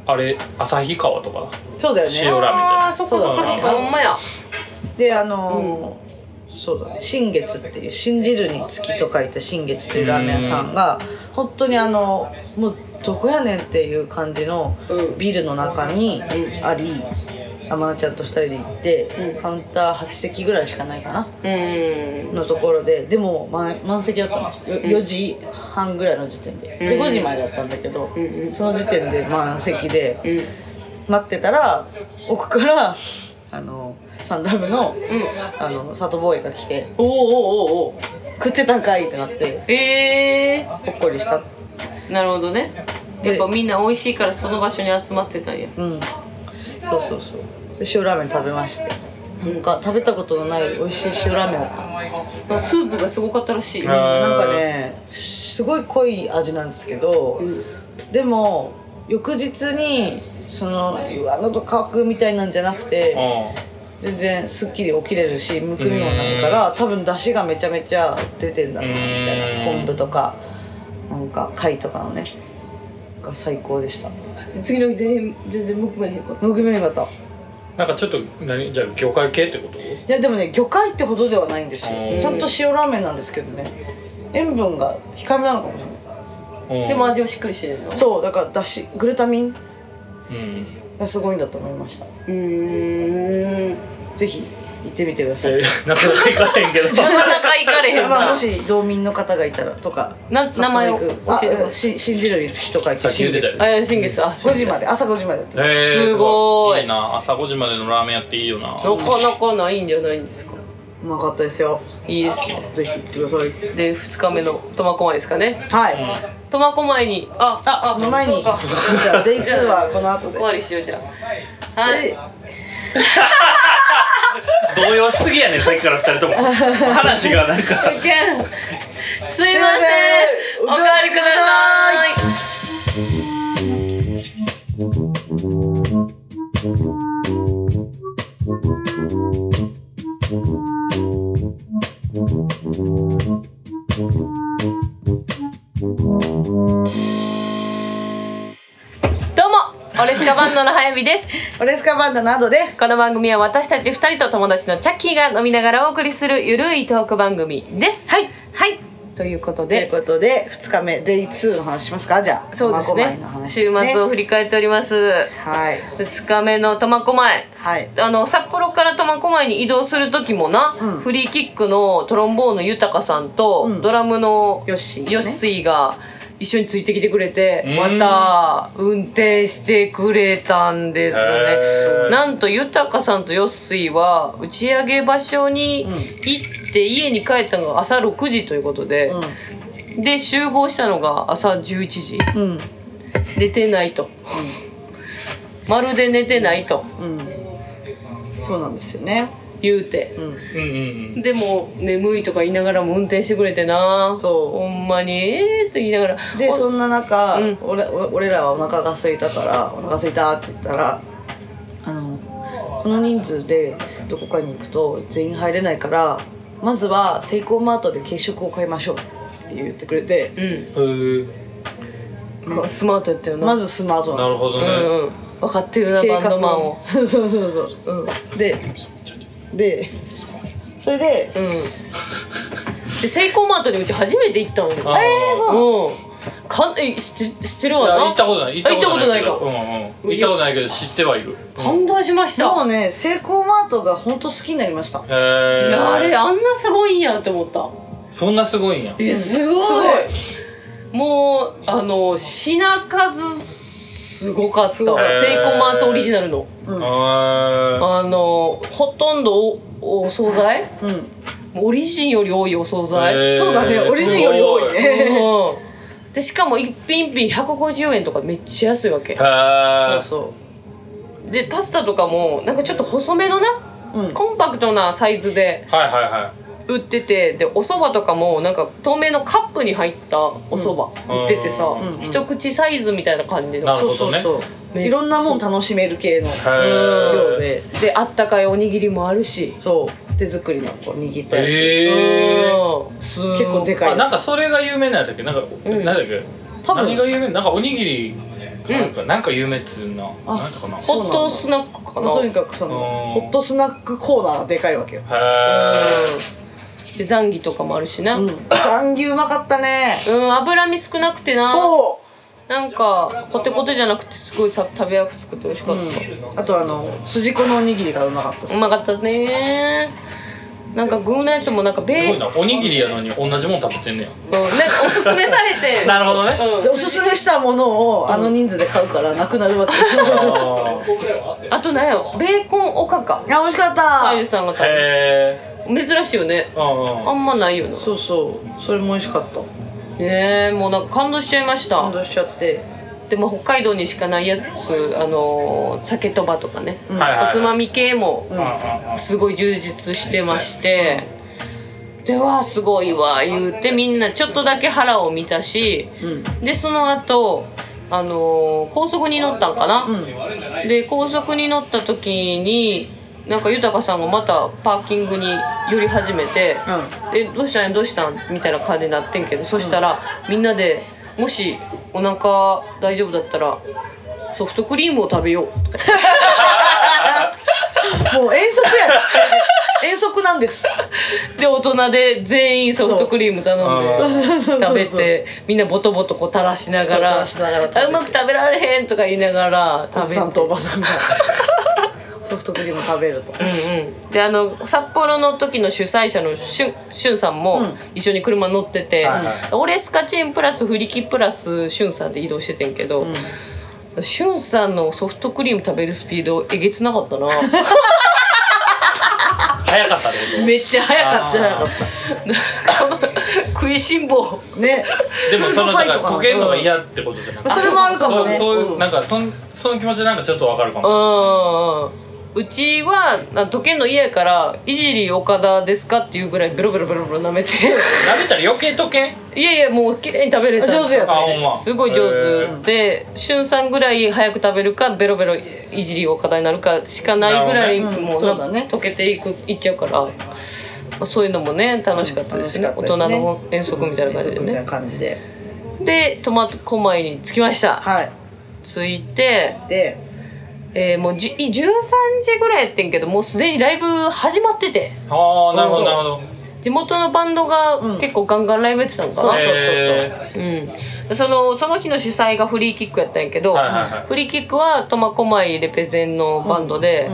Speaker 3: あれ旭川とか
Speaker 2: そうだよね
Speaker 3: 塩ラーメンじゃない
Speaker 1: あーそっかそっかそっ
Speaker 2: そうだ
Speaker 1: か
Speaker 2: ね
Speaker 1: ほんまや
Speaker 2: であのーそうだね新月っていう信じるに月と書いた新月というラーメン屋さんが本当にあのもうどこやねんっていう感じの
Speaker 1: うん
Speaker 2: ビルの中にあり天菜ちゃんと2人で行ってカウンター8席ぐらいしかないかな
Speaker 1: うん
Speaker 2: のところででも満満席だったのよ4時半ぐらいの時点でで
Speaker 1: うん
Speaker 2: 5時前だったんだけど
Speaker 1: んうん
Speaker 2: その時点で満席で
Speaker 1: うん
Speaker 2: 待ってたら奥からあのサンダムの
Speaker 1: うん
Speaker 2: あの里ボーイが来て
Speaker 1: おーおーおーおー
Speaker 2: 「食ってたんかい!」ってなって
Speaker 1: え
Speaker 2: ほっこりした
Speaker 1: ー、なるほどねやっぱみんな美味しいからその場所に集まってたんや
Speaker 2: うんそうそうそうで塩ラーメン食べましてなんか食べたことのない美味しい塩ラーメンだった
Speaker 1: スープがすごかったらしい
Speaker 3: あー
Speaker 2: なんかねすごい濃い味なんですけど、でも翌日にそのうわ喉乾くみたいなんじゃなくて、
Speaker 3: う
Speaker 2: 全然すっきり起きれるしむくみもないから多分出汁がめちゃめちゃ出てんだろうなみたいな
Speaker 3: うん
Speaker 2: 昆布とかなんか貝とかのねが最高でした
Speaker 1: で次の日全然全然むくめへんかっ
Speaker 2: むくみよかったい
Speaker 3: んなんかちょっと何じゃあ魚介系ってこと
Speaker 2: やでもね魚介ってほどではないんです
Speaker 3: う
Speaker 2: よ
Speaker 3: ん
Speaker 2: ちゃんと塩ラーメンなんですけどね塩分が控えめなのかもしれない
Speaker 1: た
Speaker 3: うん
Speaker 1: でも味はしっかりしてるの
Speaker 2: そうだから出汁グルタミン
Speaker 3: うん
Speaker 2: がすごいんだと思いました
Speaker 1: うーん
Speaker 2: ぜひ行ってみてください、
Speaker 3: えーなかなかいかへん けど
Speaker 1: なかなか行かれへん
Speaker 2: まあ、
Speaker 1: な
Speaker 2: もし道民の方がいたらとか
Speaker 1: な名前を教えてく
Speaker 2: あ
Speaker 1: ださ
Speaker 2: し信じるに月と書い
Speaker 3: さ
Speaker 2: て
Speaker 3: っき言
Speaker 2: 新
Speaker 3: ってた
Speaker 2: 月
Speaker 3: よ
Speaker 1: いあ新月あ
Speaker 2: 5時まで朝5時までやってる
Speaker 3: え
Speaker 1: すごい
Speaker 3: いいな朝5時までのラーメンやっていいよな
Speaker 1: なかなかないんじゃないんですか
Speaker 2: うまかったですよ
Speaker 1: いいですね
Speaker 2: ぜひ行ってください
Speaker 1: で2日目の苫小牧ですかね
Speaker 2: はい、
Speaker 1: 苫小牧にあ
Speaker 2: あその前に
Speaker 1: そう
Speaker 2: じゃ
Speaker 1: か
Speaker 2: あ Day2 はこの後で
Speaker 1: 終わりしようじゃあはい
Speaker 2: で
Speaker 3: 動揺しすぎやねんさっきから二 人とも話がなんか
Speaker 1: いけんすいません
Speaker 2: すいません
Speaker 1: おかわりくださいどうもオレスカバンドの早見です
Speaker 2: オレスカバンドなどです
Speaker 1: この番組は私たち2人と友達のチャッキーが飲みながらお送りするゆるいトーク番組です
Speaker 2: はい
Speaker 1: はいということ
Speaker 2: という
Speaker 1: で
Speaker 2: ことで2日目 Day2 の話しますかじゃあ
Speaker 1: そうですね
Speaker 2: 苫小牧の話
Speaker 1: 週末を振り返っております
Speaker 2: はい
Speaker 1: 2日目の苫小牧
Speaker 2: はい
Speaker 1: あの札幌から苫小牧に移動する時もな、
Speaker 2: うん
Speaker 1: フリーキックのトロンボーンの豊さんと、
Speaker 2: うん
Speaker 1: ドラムの
Speaker 2: ヨッシーね
Speaker 1: ヨッシーが一緒についてきてくれて
Speaker 3: う
Speaker 1: ま
Speaker 3: ん
Speaker 1: た運転してくれたんです
Speaker 3: へ
Speaker 1: ね
Speaker 3: ー
Speaker 1: なんと豊さんとヨッシーは打ち上げ場所に行って家に帰ったのが朝6時ということで、で集合したのが朝11時
Speaker 2: うんうん
Speaker 1: 寝てないと、まるで寝てないと
Speaker 2: うんそうなんですよね
Speaker 1: 言うて。
Speaker 2: うん
Speaker 3: うんうんうん
Speaker 1: でも眠いとか言いながらも運転してくれてな
Speaker 2: そう
Speaker 1: ほんまにええって言いながら
Speaker 2: で
Speaker 1: お
Speaker 2: そんな中、
Speaker 1: うん
Speaker 2: 俺俺らはお腹が空いたからお腹空いたって言ったらあのこの人数でどこかに行くと全員入れないからまずはセイコーマートで軽食を買いましょうって言ってくれて
Speaker 1: うん、
Speaker 3: へ
Speaker 1: こうスマートやったよな
Speaker 2: まずスマート
Speaker 3: ー
Speaker 2: なんで
Speaker 3: な
Speaker 2: す
Speaker 3: る
Speaker 1: う
Speaker 2: よ
Speaker 3: ほどね、
Speaker 1: んうん分かってるなバンドマンを
Speaker 2: そうそうそうそう、うん、ででそれで、
Speaker 1: うんでセイコーマートにうち初めて行ったのよ
Speaker 3: あ
Speaker 2: え
Speaker 3: ー
Speaker 2: ーそうなの
Speaker 1: うんかえ知って知ってる
Speaker 3: い
Speaker 1: わ
Speaker 3: や
Speaker 1: な
Speaker 3: 行ったことない
Speaker 1: あ行ったことない
Speaker 3: けど
Speaker 1: か
Speaker 3: うんうん行ったことないけど知ってはいる
Speaker 1: 感動しました
Speaker 2: もうねセイコーマートが本当好きになりました
Speaker 3: へえ
Speaker 1: いやあれあんなすごいんやって思った
Speaker 3: そんなすごいんや
Speaker 1: えすごい
Speaker 2: すごい
Speaker 1: もうあの品数すごかったセイコ
Speaker 3: い
Speaker 1: ーマートオリジナルの
Speaker 2: うん
Speaker 3: あ
Speaker 1: あのほとんどおお惣菜
Speaker 2: うん
Speaker 1: オリジンより多いお惣菜、
Speaker 2: そうだねオリジンより多いね
Speaker 1: うんでしかも一品一品150円とかめっちゃ安いわけ
Speaker 3: へえ
Speaker 2: そ
Speaker 1: でパスタとかもなんかちょっと細めのな
Speaker 2: うそううん
Speaker 1: コンパクトなサイズで
Speaker 3: はいはいはい
Speaker 1: 売っててでお蕎麦とかもなんか透明のカップに入ったお蕎麦
Speaker 3: うん
Speaker 1: 売っててさ、
Speaker 3: うん
Speaker 2: うん
Speaker 1: 一口サイズみたいな感じ
Speaker 3: な
Speaker 1: の
Speaker 3: るほどね
Speaker 2: そうそう
Speaker 1: め
Speaker 2: いろんなもん楽しめる系の
Speaker 3: へ
Speaker 2: 量
Speaker 3: え
Speaker 2: で
Speaker 1: であったかいおにぎりもあるし、
Speaker 2: そう手作りのこう握ったや
Speaker 3: ええ
Speaker 1: うんすごい
Speaker 2: 結構でかい
Speaker 3: あなんかそれが有名なんだっけなんか、
Speaker 1: ん
Speaker 3: なんだっけ
Speaker 2: 多分
Speaker 3: 何が有名なんかおにぎりかなんか、なんか有名っつうななんだかな
Speaker 2: そ
Speaker 1: ホットスナックか
Speaker 2: つ
Speaker 1: な
Speaker 2: とにかくその
Speaker 3: うん
Speaker 2: ホットスナックコーナーがでかいわけよ
Speaker 3: へ
Speaker 1: うんでザンギとかもあるしな、う
Speaker 2: うんん残牛うまかったね
Speaker 1: 脂身少なくてな
Speaker 2: そ
Speaker 1: なんかコテコテじゃなくてすごいさ食べやすくて美味しか
Speaker 2: う、
Speaker 1: っ
Speaker 2: うん、あとあの筋子のおにぎりがうまかった
Speaker 1: た、
Speaker 2: し
Speaker 1: うまかったねなんか具のやつもなんか
Speaker 3: えす
Speaker 1: ベ
Speaker 3: ご
Speaker 1: ー
Speaker 3: いなおにぎりやのに同じもん食べてんね
Speaker 1: うんなんかおすすめされて
Speaker 3: や なるほどね
Speaker 2: でおすすめしたものをあの人数で買うからなくなる わけ、
Speaker 3: あー
Speaker 1: あと何やろベーコンおかか
Speaker 2: あ美味しかった
Speaker 1: あゆさんが食べ
Speaker 3: へえ
Speaker 1: 珍しいよね
Speaker 3: うん
Speaker 1: あ
Speaker 3: うん
Speaker 1: んまないよな
Speaker 2: そうそうそれも美味しかった
Speaker 1: ねえもうなんか感動しちゃいまし
Speaker 2: 感
Speaker 1: た
Speaker 2: 動しちゃって
Speaker 1: でも北海道にしかないやつあのー酒とばとかね、
Speaker 2: ん
Speaker 3: はいはい
Speaker 1: おつまみ系も
Speaker 3: うんうんうん
Speaker 1: すごい充実してまして、ではすごいわ言うてみんなちょっとだけ腹を満たし、
Speaker 2: ん
Speaker 1: でその後あのー高速に乗ったんかな、で高速に乗った時になんか豊さんがまたパーキングに寄り始めて「えどうしたんどうしたん?」みたいな感じになってんけどそしたら、みんなで「もしお腹大丈夫だったらソフトクリームを食べよう」とか
Speaker 2: もう遠足や で遠足なんです
Speaker 1: で大人で全員ソフトクリーム頼んで。食べてみんなボトボトこう垂らしながら
Speaker 2: そう垂らしながら食べて
Speaker 1: あうまく食べられへんとか言いながら
Speaker 2: お
Speaker 1: 食
Speaker 2: っさんとおばさんがおっソフトクリーム食べると
Speaker 1: うんうん、であの札幌の時の主催者のしゅんしゅんさんも
Speaker 2: うん
Speaker 1: 一緒に車乗ってて、
Speaker 3: はいはい
Speaker 1: 俺スカチンプラスフリキプラスしゅんさんで移動しててんけど、しゅんさんのソフトクリーム食べるスピードえげつなかったな
Speaker 3: 早かったで、
Speaker 1: めっちゃ早かっ
Speaker 2: じ
Speaker 1: た
Speaker 2: ゃあ
Speaker 1: 食いしん坊
Speaker 2: ね
Speaker 3: でもその
Speaker 2: フ
Speaker 3: だ
Speaker 2: ァイ
Speaker 3: か
Speaker 2: ト
Speaker 3: ら
Speaker 2: かな
Speaker 3: 溶けるのが嫌ってことじゃなくて
Speaker 2: それもあるかもね
Speaker 3: そうそういう、
Speaker 2: ん
Speaker 3: なんかそんその気持ちなんかちょっとわかるかも、
Speaker 1: うんうちはあ時計の家やから「いじり岡田ですか?」っていうぐらいベロベロベロベロ舐めて
Speaker 3: 舐めたら余計溶けん
Speaker 1: いやいやもう綺麗に食べれた
Speaker 2: 上手やった
Speaker 3: あほんま
Speaker 1: すごい
Speaker 3: へ
Speaker 1: 上
Speaker 3: ー
Speaker 1: 手でしゅんさんぐらい早く食べるかベロベロいじり岡田になるかしかないぐらい
Speaker 2: なるほどね
Speaker 1: も
Speaker 2: うん
Speaker 1: う
Speaker 2: そ
Speaker 1: な
Speaker 2: うだね
Speaker 1: 溶けていくいっちゃうから、まあ、そういうのもね楽しかったですよね,、
Speaker 2: 楽し
Speaker 1: 大
Speaker 2: かっ
Speaker 1: 人
Speaker 2: たですね
Speaker 1: の遠足みたいな感じで
Speaker 2: 遠足みたいな
Speaker 1: ね
Speaker 2: 感じで
Speaker 1: で苫小牧に着きました
Speaker 2: はい
Speaker 1: 着いて
Speaker 2: で
Speaker 1: えーもうじゅい13時ぐらいやってんけどもうすでにライブ始まってて
Speaker 3: ああなるほどなるほど
Speaker 1: 地元のバンドが
Speaker 2: うん
Speaker 1: 結構ガンガンライブやってたのか
Speaker 2: そう
Speaker 1: な、
Speaker 2: そう
Speaker 3: え
Speaker 1: うん、そのその日の主催がフリーキックやったんやけど、
Speaker 3: はいはいはい
Speaker 1: フリーキックは苫小牧レペゼンのバンドで、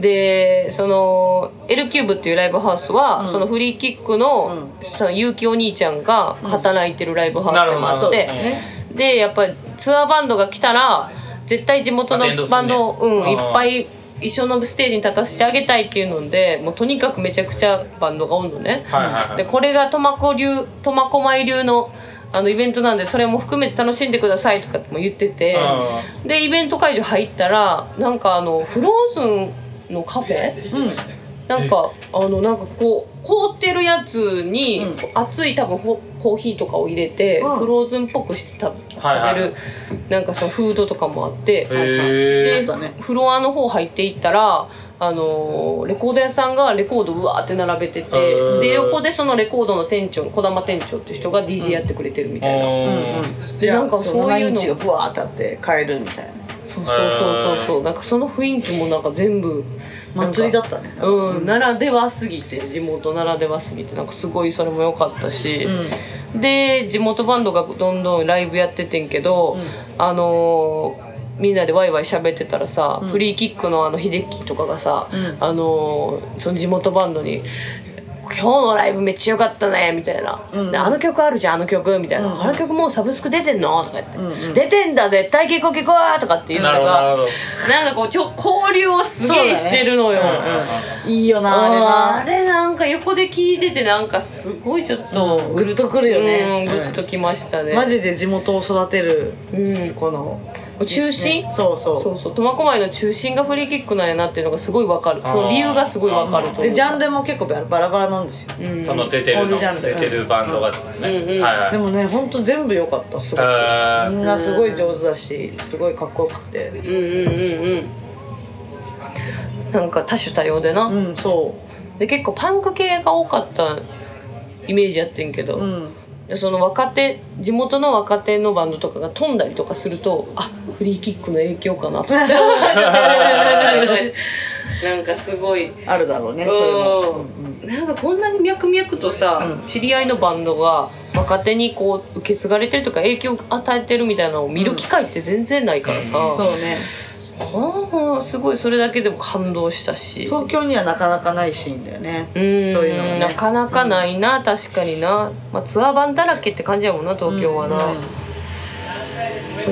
Speaker 1: でその L キューブっていうライブハウスは、そのフリーキックの,、その結城お兄ちゃんが働いてるライブハウスでもあ
Speaker 3: なるほど
Speaker 1: って、
Speaker 3: そう
Speaker 2: ね
Speaker 1: でやっぱりツアーバンドが来たら絶対地元
Speaker 3: あ連動
Speaker 1: の
Speaker 3: する
Speaker 1: バ
Speaker 3: ね
Speaker 1: ンドを、うん、
Speaker 3: あー
Speaker 1: いっぱい一緒のステージに立たせてあげたいっていうのでもうとにかくめちゃくちゃバンドがおんのね。
Speaker 3: はいはいはい
Speaker 1: でこれが苫小流苫小牧流のあのイベントなんでそれも含めて楽しんでくださいとかも言っててでイベント会場入ったらなんかあのフローズンのカフェ
Speaker 2: うん
Speaker 1: なんかあのなんかこう凍ってるやつに、
Speaker 2: うん
Speaker 1: 熱い多分ホコーヒーとかを入れて、
Speaker 2: うん
Speaker 1: フローズンっぽくして食べ食べる、
Speaker 3: はいはい
Speaker 1: なんかそのフードとかもあって。
Speaker 3: へ
Speaker 1: で、
Speaker 3: え
Speaker 2: だね
Speaker 1: フロアの方入っていったら、あのーレコード屋さんがレコードうわーって並べてて、
Speaker 3: うん
Speaker 1: で横でそのレコードの店長児玉店長って人が DJ やってくれてるみたいな、
Speaker 2: うんうん
Speaker 1: でなんかそういうの
Speaker 2: 7インチがブワーってあって買えるみたいな
Speaker 1: そうそうそうそうそうなんかその雰囲気もなんか全部なんか
Speaker 2: 祭りだったね
Speaker 1: うん、ならではすぎて地元ならではすぎてなんかすごいそれも良かったし、で地元バンドがどんどんライブやっててんけど、あのーみんなでワイワイ喋ってたらさ、フリーキックのあの秀樹とかがさ、あのーその地元バンドに「今日のライブめっちゃ良かったね」みたいな、であの曲あるじゃんあの曲」みたいな、あの曲もうサブスク出てんの?」とか言って、出てんだ絶対結構結構!」とかって言うの
Speaker 3: なる
Speaker 1: が
Speaker 3: ほどなるほど
Speaker 1: なんかこうちょ交流をすげえしてるのよ。
Speaker 2: いいよな
Speaker 1: あ
Speaker 2: あれな
Speaker 1: れなんか横で聞いててなんかすごいちょっと
Speaker 2: うんグッとくるよね
Speaker 1: うんグッときましたね、
Speaker 2: マジで地元を育てる、
Speaker 1: うん
Speaker 2: この
Speaker 1: 中心、
Speaker 2: そうそう
Speaker 1: そうそう苫小牧の中心がフリーキックなんやなっていうのがすごいわかるその理由がすごいわかると思
Speaker 2: で
Speaker 1: う
Speaker 2: ジャンルも結構バラバラなんですよ、
Speaker 3: その出て
Speaker 2: オ
Speaker 3: る
Speaker 2: ール
Speaker 3: の
Speaker 2: ジャンル
Speaker 3: 出てるバンドがね、はいはい
Speaker 2: でもねほんと全部良かったすごい
Speaker 3: え
Speaker 2: みんなすごい上手だしすごいかっこよくて
Speaker 1: うんうんうんうんなんか多種多様でな、
Speaker 2: うんそ
Speaker 1: で結構パンク系が多かったイメージやってんけど、
Speaker 2: ううん
Speaker 1: でその若手地元の若手のバンドとかが飛んだりとかするとあフリーキックの影響かなとか なんかすごい
Speaker 2: あるだろうねそれも
Speaker 1: うんなんかこんなに脈々とさ、知り合いのバンドが若手にこう受け継がれてるとか影響を与えてるみたいなのを見る機会って全然ないからさ、
Speaker 2: そうね
Speaker 1: はあすごいそれだけでも感動したし。
Speaker 2: 東京にはなかなかないシーンだよねそう
Speaker 1: うん
Speaker 2: いうのもね
Speaker 1: なかなかないな、確かにな、まあ、ツアー版だらけって感じやもんな東京はな、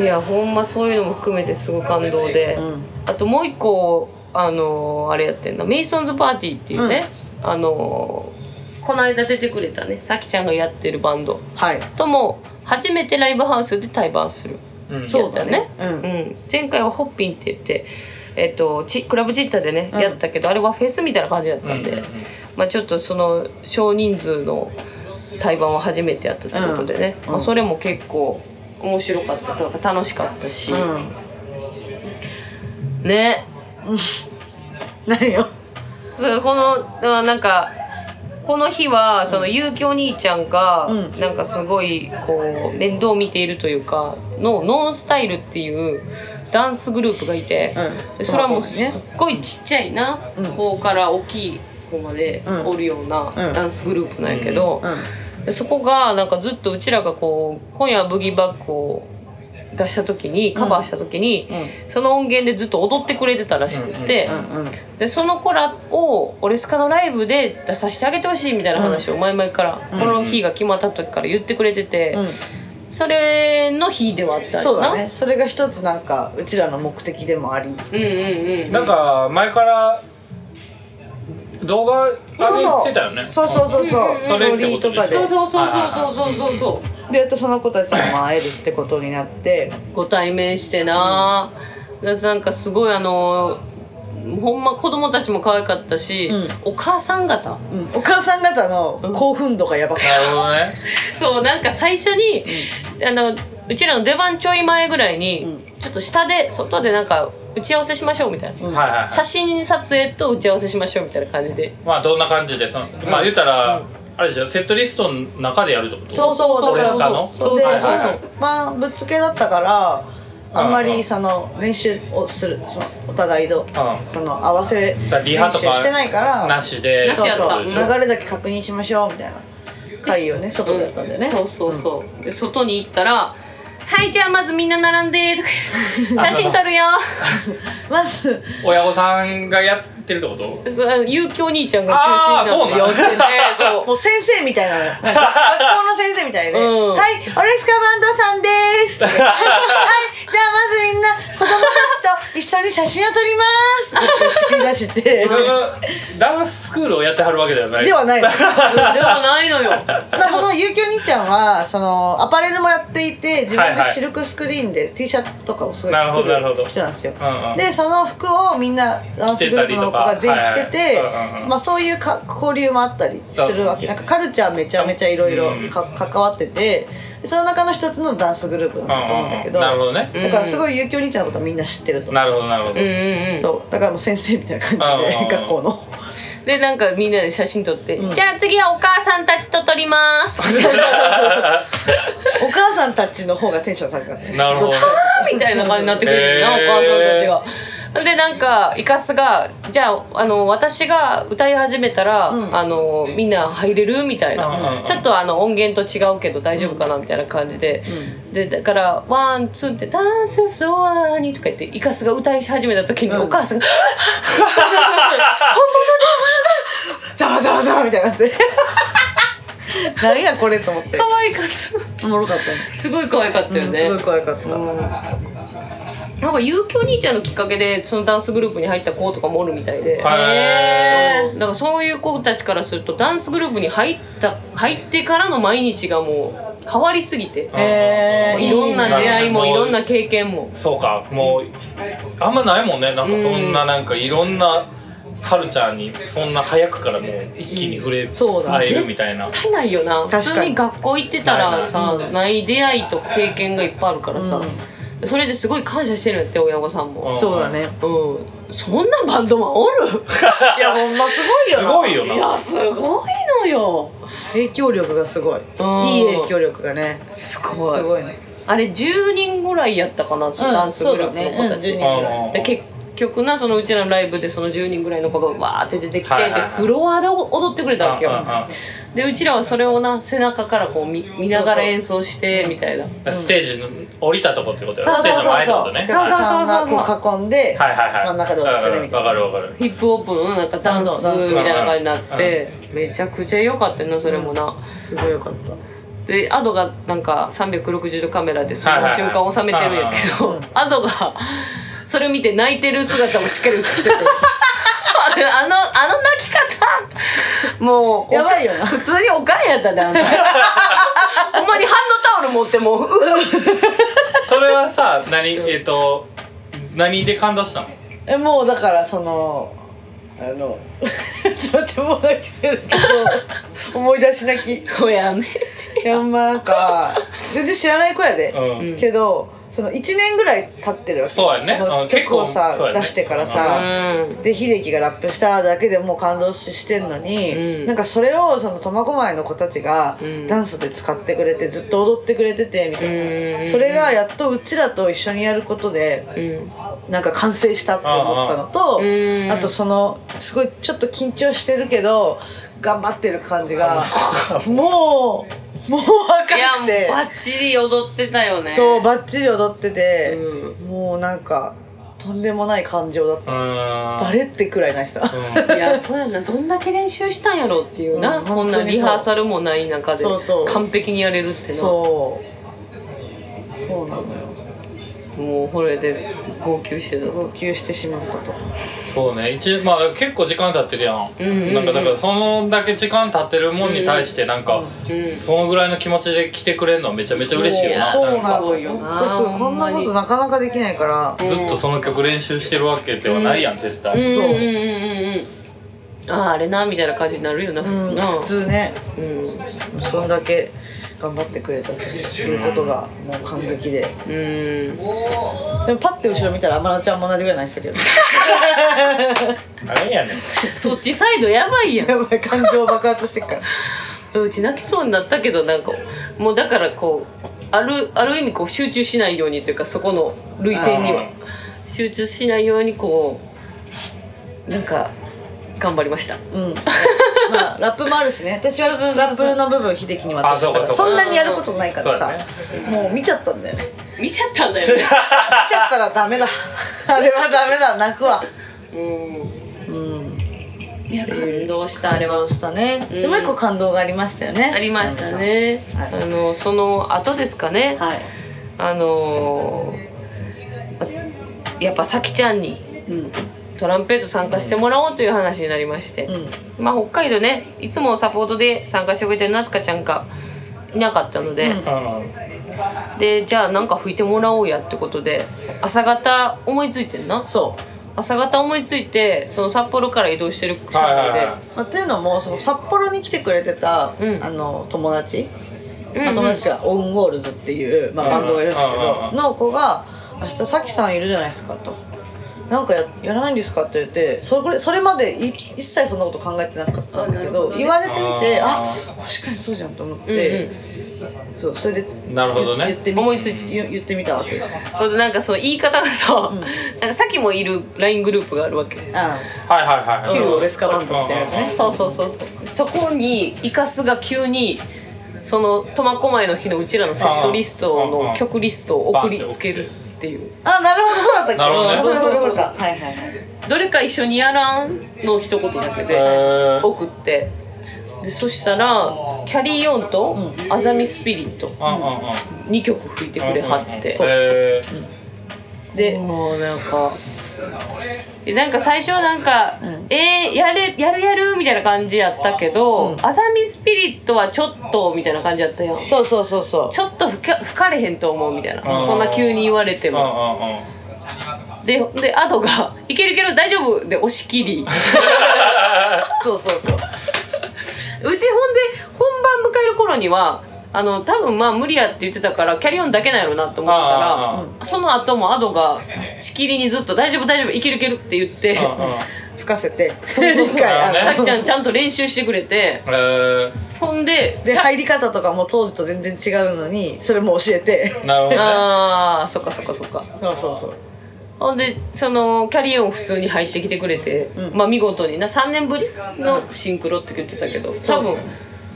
Speaker 1: いやほんまそういうのも含めてすごい感動で、あともう一個あのーあれやってんなメイソンズパーティーっていうね、あのーこの間出てくれたねさきちゃんがやってるバンド
Speaker 2: はい
Speaker 1: とも初めてライブハウスで対バンする
Speaker 3: うん
Speaker 2: そうだね
Speaker 1: やったようん前回はホッピンって言って、えっとちクラブチッタでね、やったけどあれはフェスみたいな感じだったんで、
Speaker 3: うんうんうん
Speaker 1: まあ、ちょっとその少人数の対バンを初めてやったということでね、まあ、それも結構面白かったとか楽しかったし、
Speaker 2: うん
Speaker 1: ね
Speaker 2: 何よ
Speaker 1: そうこのあなんかこの日はその結城お兄ちゃんが
Speaker 2: ん
Speaker 1: なんかすごいこう面倒を見ているというかのノンスタイルっていうダンスグループがいて、
Speaker 2: うん
Speaker 1: でそれはもう
Speaker 2: そ
Speaker 1: す
Speaker 2: の
Speaker 1: っ
Speaker 2: 子ね
Speaker 1: ごいちっちゃいな、子から大きい子まで
Speaker 2: うん
Speaker 1: おるような
Speaker 2: うん
Speaker 1: ダンスグループなんやけど、
Speaker 2: うん
Speaker 1: でそこがなんかずっとうちらがこう今夜はブギーバックを出した時にカバーした時に、その音源でずっと踊ってくれてたらしくって、
Speaker 2: うん
Speaker 1: でその子らを「俺スカのライブで出させてあげてほしい」みたいな話を前々から、この日が決まった時から言ってくれてて、
Speaker 2: うん
Speaker 1: それの日ではあったよな
Speaker 2: そうだねそれが一つなんかうちらの目的でもあり
Speaker 1: うんうんうん
Speaker 3: なんか前から動画上げてたよね
Speaker 2: そうそうそうそうスト
Speaker 3: それ
Speaker 2: ー
Speaker 3: っ
Speaker 2: リ
Speaker 3: て
Speaker 2: ー
Speaker 3: こと
Speaker 2: とか
Speaker 3: でし
Speaker 2: で
Speaker 1: そうそうそう
Speaker 3: はい
Speaker 1: そうそうそうそうそ
Speaker 2: でやっとその子たちにも会えるってことになって
Speaker 1: うご対面してな、だってなんかすごいあのほんま子供たちも可愛かったし、お母さん方
Speaker 2: うんお母さん方の興奮度がやばかっ
Speaker 3: なるほどね
Speaker 1: そうなんか最初に、あのうちらの出番ちょい前ぐらいに、ちょっと下で外でなんか打ち合わせしましょうみたいな、
Speaker 3: はいはい
Speaker 1: 写真撮影と打ち合わせしましょうみたいな感じで
Speaker 3: まあどんな感じでそのまあ言ったら、あれでしょセットリストの中でやるってこと
Speaker 2: そうそう
Speaker 3: そう
Speaker 2: だ
Speaker 3: です
Speaker 2: か
Speaker 3: からの
Speaker 2: そう
Speaker 1: そう
Speaker 2: で
Speaker 1: そう
Speaker 3: はいはいはい
Speaker 2: まあぶっつけだったからあんま
Speaker 3: うんう
Speaker 2: り
Speaker 3: ん
Speaker 2: その練習をするそのお互いのその合わせ
Speaker 3: だから
Speaker 2: 練
Speaker 3: リハ
Speaker 2: 習
Speaker 3: とか
Speaker 2: してないから
Speaker 3: なしで
Speaker 1: なし
Speaker 2: そう
Speaker 1: やった
Speaker 2: そう
Speaker 1: うん
Speaker 2: 流れだけ確認しましょうみたいな会をね外でやったんだよね
Speaker 1: そうそうそう、で外に行ったら「はいじゃあまずみんな並んで」とか言 って「写真撮るよ」
Speaker 2: まず
Speaker 3: 親御さんがやってるってこと
Speaker 1: そうゆうきお兄ちゃんが中心になってやってて そう
Speaker 2: もう先生みたいなのよなんか学校の先生みたいで「
Speaker 1: うん
Speaker 2: はいオレスカバンドさんで す」って「はいじゃあまずみんな子供たちと一緒に写真を撮ります」って仕切り 出して
Speaker 3: それがダンススクールをやってはるわけではない
Speaker 2: ではないの。
Speaker 1: ではない のよ
Speaker 2: まあ、そのゆうきお兄ちゃんはそのアパレルもやっていて自分
Speaker 3: はい
Speaker 2: で
Speaker 3: はい
Speaker 2: シルクスクリーンで T シャツとかをすごい作る
Speaker 3: なるほどなるほど
Speaker 2: 人なんですよ
Speaker 3: うんうん
Speaker 2: でその服をみんなダンスグループの子が全員着て
Speaker 3: 着てたり
Speaker 2: て
Speaker 3: とかはいはいうんうんうん
Speaker 2: まあそういうか交流もあったりするわけなんかカルチャーめちゃめちゃいろいろか関わっててその中の一つのダンスグループなんだと思うんだけど
Speaker 3: うんうんうんなるほどね
Speaker 2: だからすごいゆうきお兄ちゃんのことはみんな知ってると
Speaker 3: なるほどなるほど、
Speaker 1: うんうんうん
Speaker 2: そうだからもう先生みたいな感じ
Speaker 3: うんうんう
Speaker 2: で
Speaker 3: ん
Speaker 2: 学校の。
Speaker 1: でなんかみんなで写真撮って「じゃあ次はお母さんたちと撮ります」
Speaker 2: お母さんたちの方がテンション高かったです
Speaker 3: なるほど
Speaker 2: っちか
Speaker 1: みたいな感じになってくれるな、
Speaker 3: へー
Speaker 1: お母さんたちが。でなんかイカスが「じゃああの私が歌い始めたら、あのみんな入れる?」みたいな、
Speaker 3: うんうんうん
Speaker 1: ちょっとあの音源と違うけど大丈夫かな、みたいな感じで、でだから「ワンツー」って「ダンスフロアに」とか言ってイカスが歌い始めた時にお母さんが「
Speaker 2: ざわざわざわみたいになって 何やこれと思って
Speaker 1: 可愛かった
Speaker 2: おもろかったね」
Speaker 1: すごい可愛かったよね。
Speaker 2: すごい怖かった、
Speaker 1: なんかゆうきお兄ちゃんのきっかけでそのダンスグループに入った子とかもおるみたいで。
Speaker 3: へ
Speaker 1: なんかそういう子たちからするとダンスグループに入った入ってからの毎日がもう変わりすぎて、
Speaker 2: えー、
Speaker 1: いろんな出会いも
Speaker 3: い
Speaker 1: い
Speaker 3: いね
Speaker 1: ろんな経験も
Speaker 3: そうかもうあんまないもんねなんかそんななんかいろんなカルチャーにそんな早くからもう一気に触れ
Speaker 2: そうだね
Speaker 3: 合えるみたいな
Speaker 1: 絶対ないよな
Speaker 2: かに
Speaker 1: 普通に学校行ってた
Speaker 3: ない
Speaker 1: ら
Speaker 3: ない
Speaker 1: さない出会いと経験がいっぱいあるからさ、それですごい感謝してるんやって親御さんも、
Speaker 2: そうだね
Speaker 1: うんそんなバンドマンおる
Speaker 2: いやほんますごいよ
Speaker 3: す
Speaker 2: な
Speaker 3: ごいよ
Speaker 1: い
Speaker 3: な
Speaker 1: やすごいのよ
Speaker 2: 影響力がすごいいい
Speaker 1: ん
Speaker 2: 影響力がねす
Speaker 1: すごい
Speaker 2: ごいね
Speaker 1: あれ10人ぐらいやったかな、ダンスグループの子たち、
Speaker 2: うんそうだねうん10人ぐらい
Speaker 1: で結局なそのうちらのライブでその10人ぐらいの子がわーって出てきて、
Speaker 3: はいはいはい
Speaker 1: でフロアで踊ってくれたわけよ、
Speaker 3: うんうんうん
Speaker 1: でうちらはそれをな背中からこう見見なが
Speaker 2: そう
Speaker 1: ら
Speaker 2: そう
Speaker 1: 演奏してみたいな
Speaker 3: だからステージの降りたとこってことよ
Speaker 2: そう
Speaker 3: ステー
Speaker 2: そう
Speaker 3: ジの
Speaker 2: そう
Speaker 3: 前ってこと
Speaker 2: そう、
Speaker 3: ね
Speaker 2: お客さん
Speaker 1: そうそうそう
Speaker 2: がこう囲んで、
Speaker 3: はいはいはい
Speaker 2: 真ん中で踊ってるみたいな、
Speaker 3: うんうんわかるわかる
Speaker 1: ヒップホップのなんかダンス
Speaker 2: ダンス
Speaker 1: みたいな感じになってめちゃくちゃ良かったよなそれもな、
Speaker 2: すごいよかった
Speaker 1: でアドがなんか360度カメラでその瞬間を収めてるんやけど、ア ドがそれを見て泣いてる姿もしっかり映 っててあのあの泣き方もう
Speaker 2: やばいよな
Speaker 1: 普通におかんやったであん たほんまにハンドタオル持ってもうう
Speaker 3: それはさ何えっ、と何で感動したの
Speaker 2: えもうだからそのあの ちょっと待ってもう泣きそうだけど思い出し泣き
Speaker 1: そうやめて
Speaker 2: いやまあなんか全然知らない子やで、
Speaker 3: うん
Speaker 2: けどその1年ぐらい経ってるわけ
Speaker 3: そうやね
Speaker 2: その
Speaker 3: うん
Speaker 2: 曲をさ
Speaker 3: 結構、そうやね
Speaker 2: 出してからさ、
Speaker 1: う
Speaker 2: で秀樹がラップしただけでもう感動してんのに、なんかそれをその苫小牧の子たちがダンスで使ってくれてずっと踊ってくれててみたいな、それがやっとうちらと一緒にやることで、なんか完成したって思ったのと
Speaker 1: うん
Speaker 2: あとそのすごいちょっと緊張してるけど頑張ってる感じがもうもう
Speaker 1: いやも
Speaker 2: 若く
Speaker 1: う
Speaker 2: て
Speaker 1: バッチリ踊ってたよね
Speaker 2: そうバッチリ踊ってて、
Speaker 1: う
Speaker 2: もうなんかとんでもない感情だっ
Speaker 3: う
Speaker 2: た
Speaker 3: ーん
Speaker 2: バレってくらい泣いてた、
Speaker 3: う
Speaker 1: い
Speaker 3: ん
Speaker 1: やそうやんなどんだけ練習したんやろっていうな、
Speaker 2: うん
Speaker 1: こんな
Speaker 2: 本当にそう
Speaker 1: リハーサルもない中で
Speaker 2: そうそう
Speaker 1: 完璧にやれるって な
Speaker 2: そうそうなのよ
Speaker 1: もうこれで号泣してた
Speaker 2: 号泣してしまったと
Speaker 3: そうね一まあ結構時間経ってるやん,、
Speaker 1: んうんうん
Speaker 3: なんかだからそのだけ時間経ってるもんに対してなんか、
Speaker 1: うん
Speaker 3: そのぐらいの気持ちで来てくれるのめちゃめちゃ嬉しいよな
Speaker 1: そ
Speaker 2: そうう
Speaker 1: す
Speaker 2: な
Speaker 1: ご
Speaker 2: の
Speaker 1: いよ
Speaker 2: よ
Speaker 1: な
Speaker 2: 本当そう
Speaker 1: ほ
Speaker 2: こ
Speaker 1: ん
Speaker 2: ん
Speaker 1: ま
Speaker 2: な
Speaker 1: に
Speaker 2: ことなかなかできないから
Speaker 3: ずっとその曲練習してるわけではないやん絶対、
Speaker 1: うん
Speaker 2: そう
Speaker 1: うんうんうんうんあああれなみたいな感じになるよな普
Speaker 2: う
Speaker 1: 通
Speaker 2: ん
Speaker 1: な、
Speaker 2: 普通ね
Speaker 1: うん
Speaker 2: それだけ頑張ってくれたということがもう感激で
Speaker 1: うん
Speaker 2: でもパッて後ろ見たら天野ちゃんも同じぐらい泣いてたけ
Speaker 3: あれ やねん
Speaker 1: そっちサイドやばいやん
Speaker 2: ど やばい感情爆発してっから
Speaker 1: うち泣きそうになったけどなんかもうだからこうあるある意味こう集中しないようにというかそこの涙腺には集中しないようにこうなんか頑張りました
Speaker 2: うん まあラップもあるしね私は
Speaker 1: そうそうそう
Speaker 2: ラップの部分秀樹に渡したから
Speaker 3: あそうかそうか
Speaker 2: そんなにやることないからさ
Speaker 3: そ
Speaker 2: もう見ちゃったんだよね
Speaker 1: 見ちゃったんだよね
Speaker 2: 見ちゃったらダ メだあれはダメだ泣くわ
Speaker 1: う
Speaker 2: うん
Speaker 1: んいや感動したあれは
Speaker 2: そうしたね
Speaker 1: うん
Speaker 2: でもう一個感動がありましたよね
Speaker 1: ありましたね
Speaker 2: はい
Speaker 1: あのその後ですかね
Speaker 2: はい
Speaker 1: あのーやっぱさきちゃんに
Speaker 2: うん
Speaker 1: トランペット参加してもらおうという話になりまして、
Speaker 2: うん
Speaker 1: まあ北海道ねいつもサポートで参加してくれてるナスカちゃんがいなかったので、でじゃあなんか吹いてもらおうやってことで朝方思いついてんな
Speaker 2: そう
Speaker 1: 朝方思いついてその札幌から移動してる車
Speaker 3: はいは
Speaker 1: 両
Speaker 3: いは
Speaker 2: まあ、というのもその札幌に来てくれてた、
Speaker 1: うん
Speaker 2: あの友達、
Speaker 1: で、うん
Speaker 2: ま
Speaker 1: う
Speaker 2: あ
Speaker 1: ん
Speaker 2: 友達がオンゴールズっていう、まあ、バンドがいるんですけ
Speaker 3: うんうんうん
Speaker 2: どの子が「明日さきさんいるじゃないですか」と「なんかややらないんですか?」って言ってそれそれまでい一切そんなこと考えてなかったんだ
Speaker 1: あなる
Speaker 2: け
Speaker 1: ほ
Speaker 2: ど
Speaker 1: どね
Speaker 2: 言われてみて
Speaker 3: あー
Speaker 2: あ確かにそうじゃんと思っ
Speaker 1: うん
Speaker 2: て、そうそれで
Speaker 3: いなるほど
Speaker 2: 言
Speaker 3: ね
Speaker 2: ってみ
Speaker 1: 思いついて
Speaker 2: 言言ってみたわけですよ。
Speaker 1: ほんでなんかその言い方がさ、なんかさっきもいる LINE グループがあるわけ
Speaker 2: あ
Speaker 3: はいはいはい
Speaker 2: 旧オレスカバンドみたいなやつね
Speaker 1: そうそうそうそうそこにイカスが急にその苫小牧の日のうちらのセットリスト
Speaker 3: うんうんう
Speaker 1: の
Speaker 3: ん
Speaker 1: 曲リストを送りつけるっていう
Speaker 2: あなるほどそうだったっけ
Speaker 3: なるほどね
Speaker 2: そうそうそうそうはいはいはい
Speaker 1: どれか一緒にやらんの一言だけ
Speaker 3: へ
Speaker 1: で
Speaker 3: ー
Speaker 1: 送ってでそしたらキャリー・オンと「アザミ・スピリット
Speaker 3: うんうんうん」
Speaker 1: 2曲吹いてくれはって
Speaker 3: うんうんへー
Speaker 2: で
Speaker 1: もうなんかなんか最初はなんか「えー、やれやるやる」みたいな感じやったけど「アザミ・スピリット」はちょっとみたいな感じやったやん
Speaker 2: そうそうそ うそう
Speaker 1: ちょっと吹か吹かれへんと思うみたいな
Speaker 3: うん
Speaker 1: そんな急に言われて
Speaker 3: うんう
Speaker 1: も
Speaker 3: んうん
Speaker 1: ででアドが「いけるいける大丈夫」で押し切りうち
Speaker 2: そうそうそう
Speaker 1: ほんで本番迎える頃にはあの多分まあ無理やって言ってたからキャリオンだけなんやろなと思ってた
Speaker 3: あああ
Speaker 1: らうんその後もアドがしきりにずっと「大丈夫大丈夫いけるいける」って言って
Speaker 3: うんうん
Speaker 2: 吹かせて一回あの
Speaker 3: ね
Speaker 1: さきちゃんちゃんと練習してくれて
Speaker 3: え
Speaker 1: ほんで
Speaker 2: で入り方とかも当時と全然違うのにそれも教えて
Speaker 3: ーなるほどね
Speaker 1: ああそっかそっかそっか
Speaker 2: そうそうそう
Speaker 1: ほんでそのキャリオン普通に入ってきてくれて、
Speaker 2: うん
Speaker 1: まあ見事にな3年ぶりのシンクロって言ってたけど多分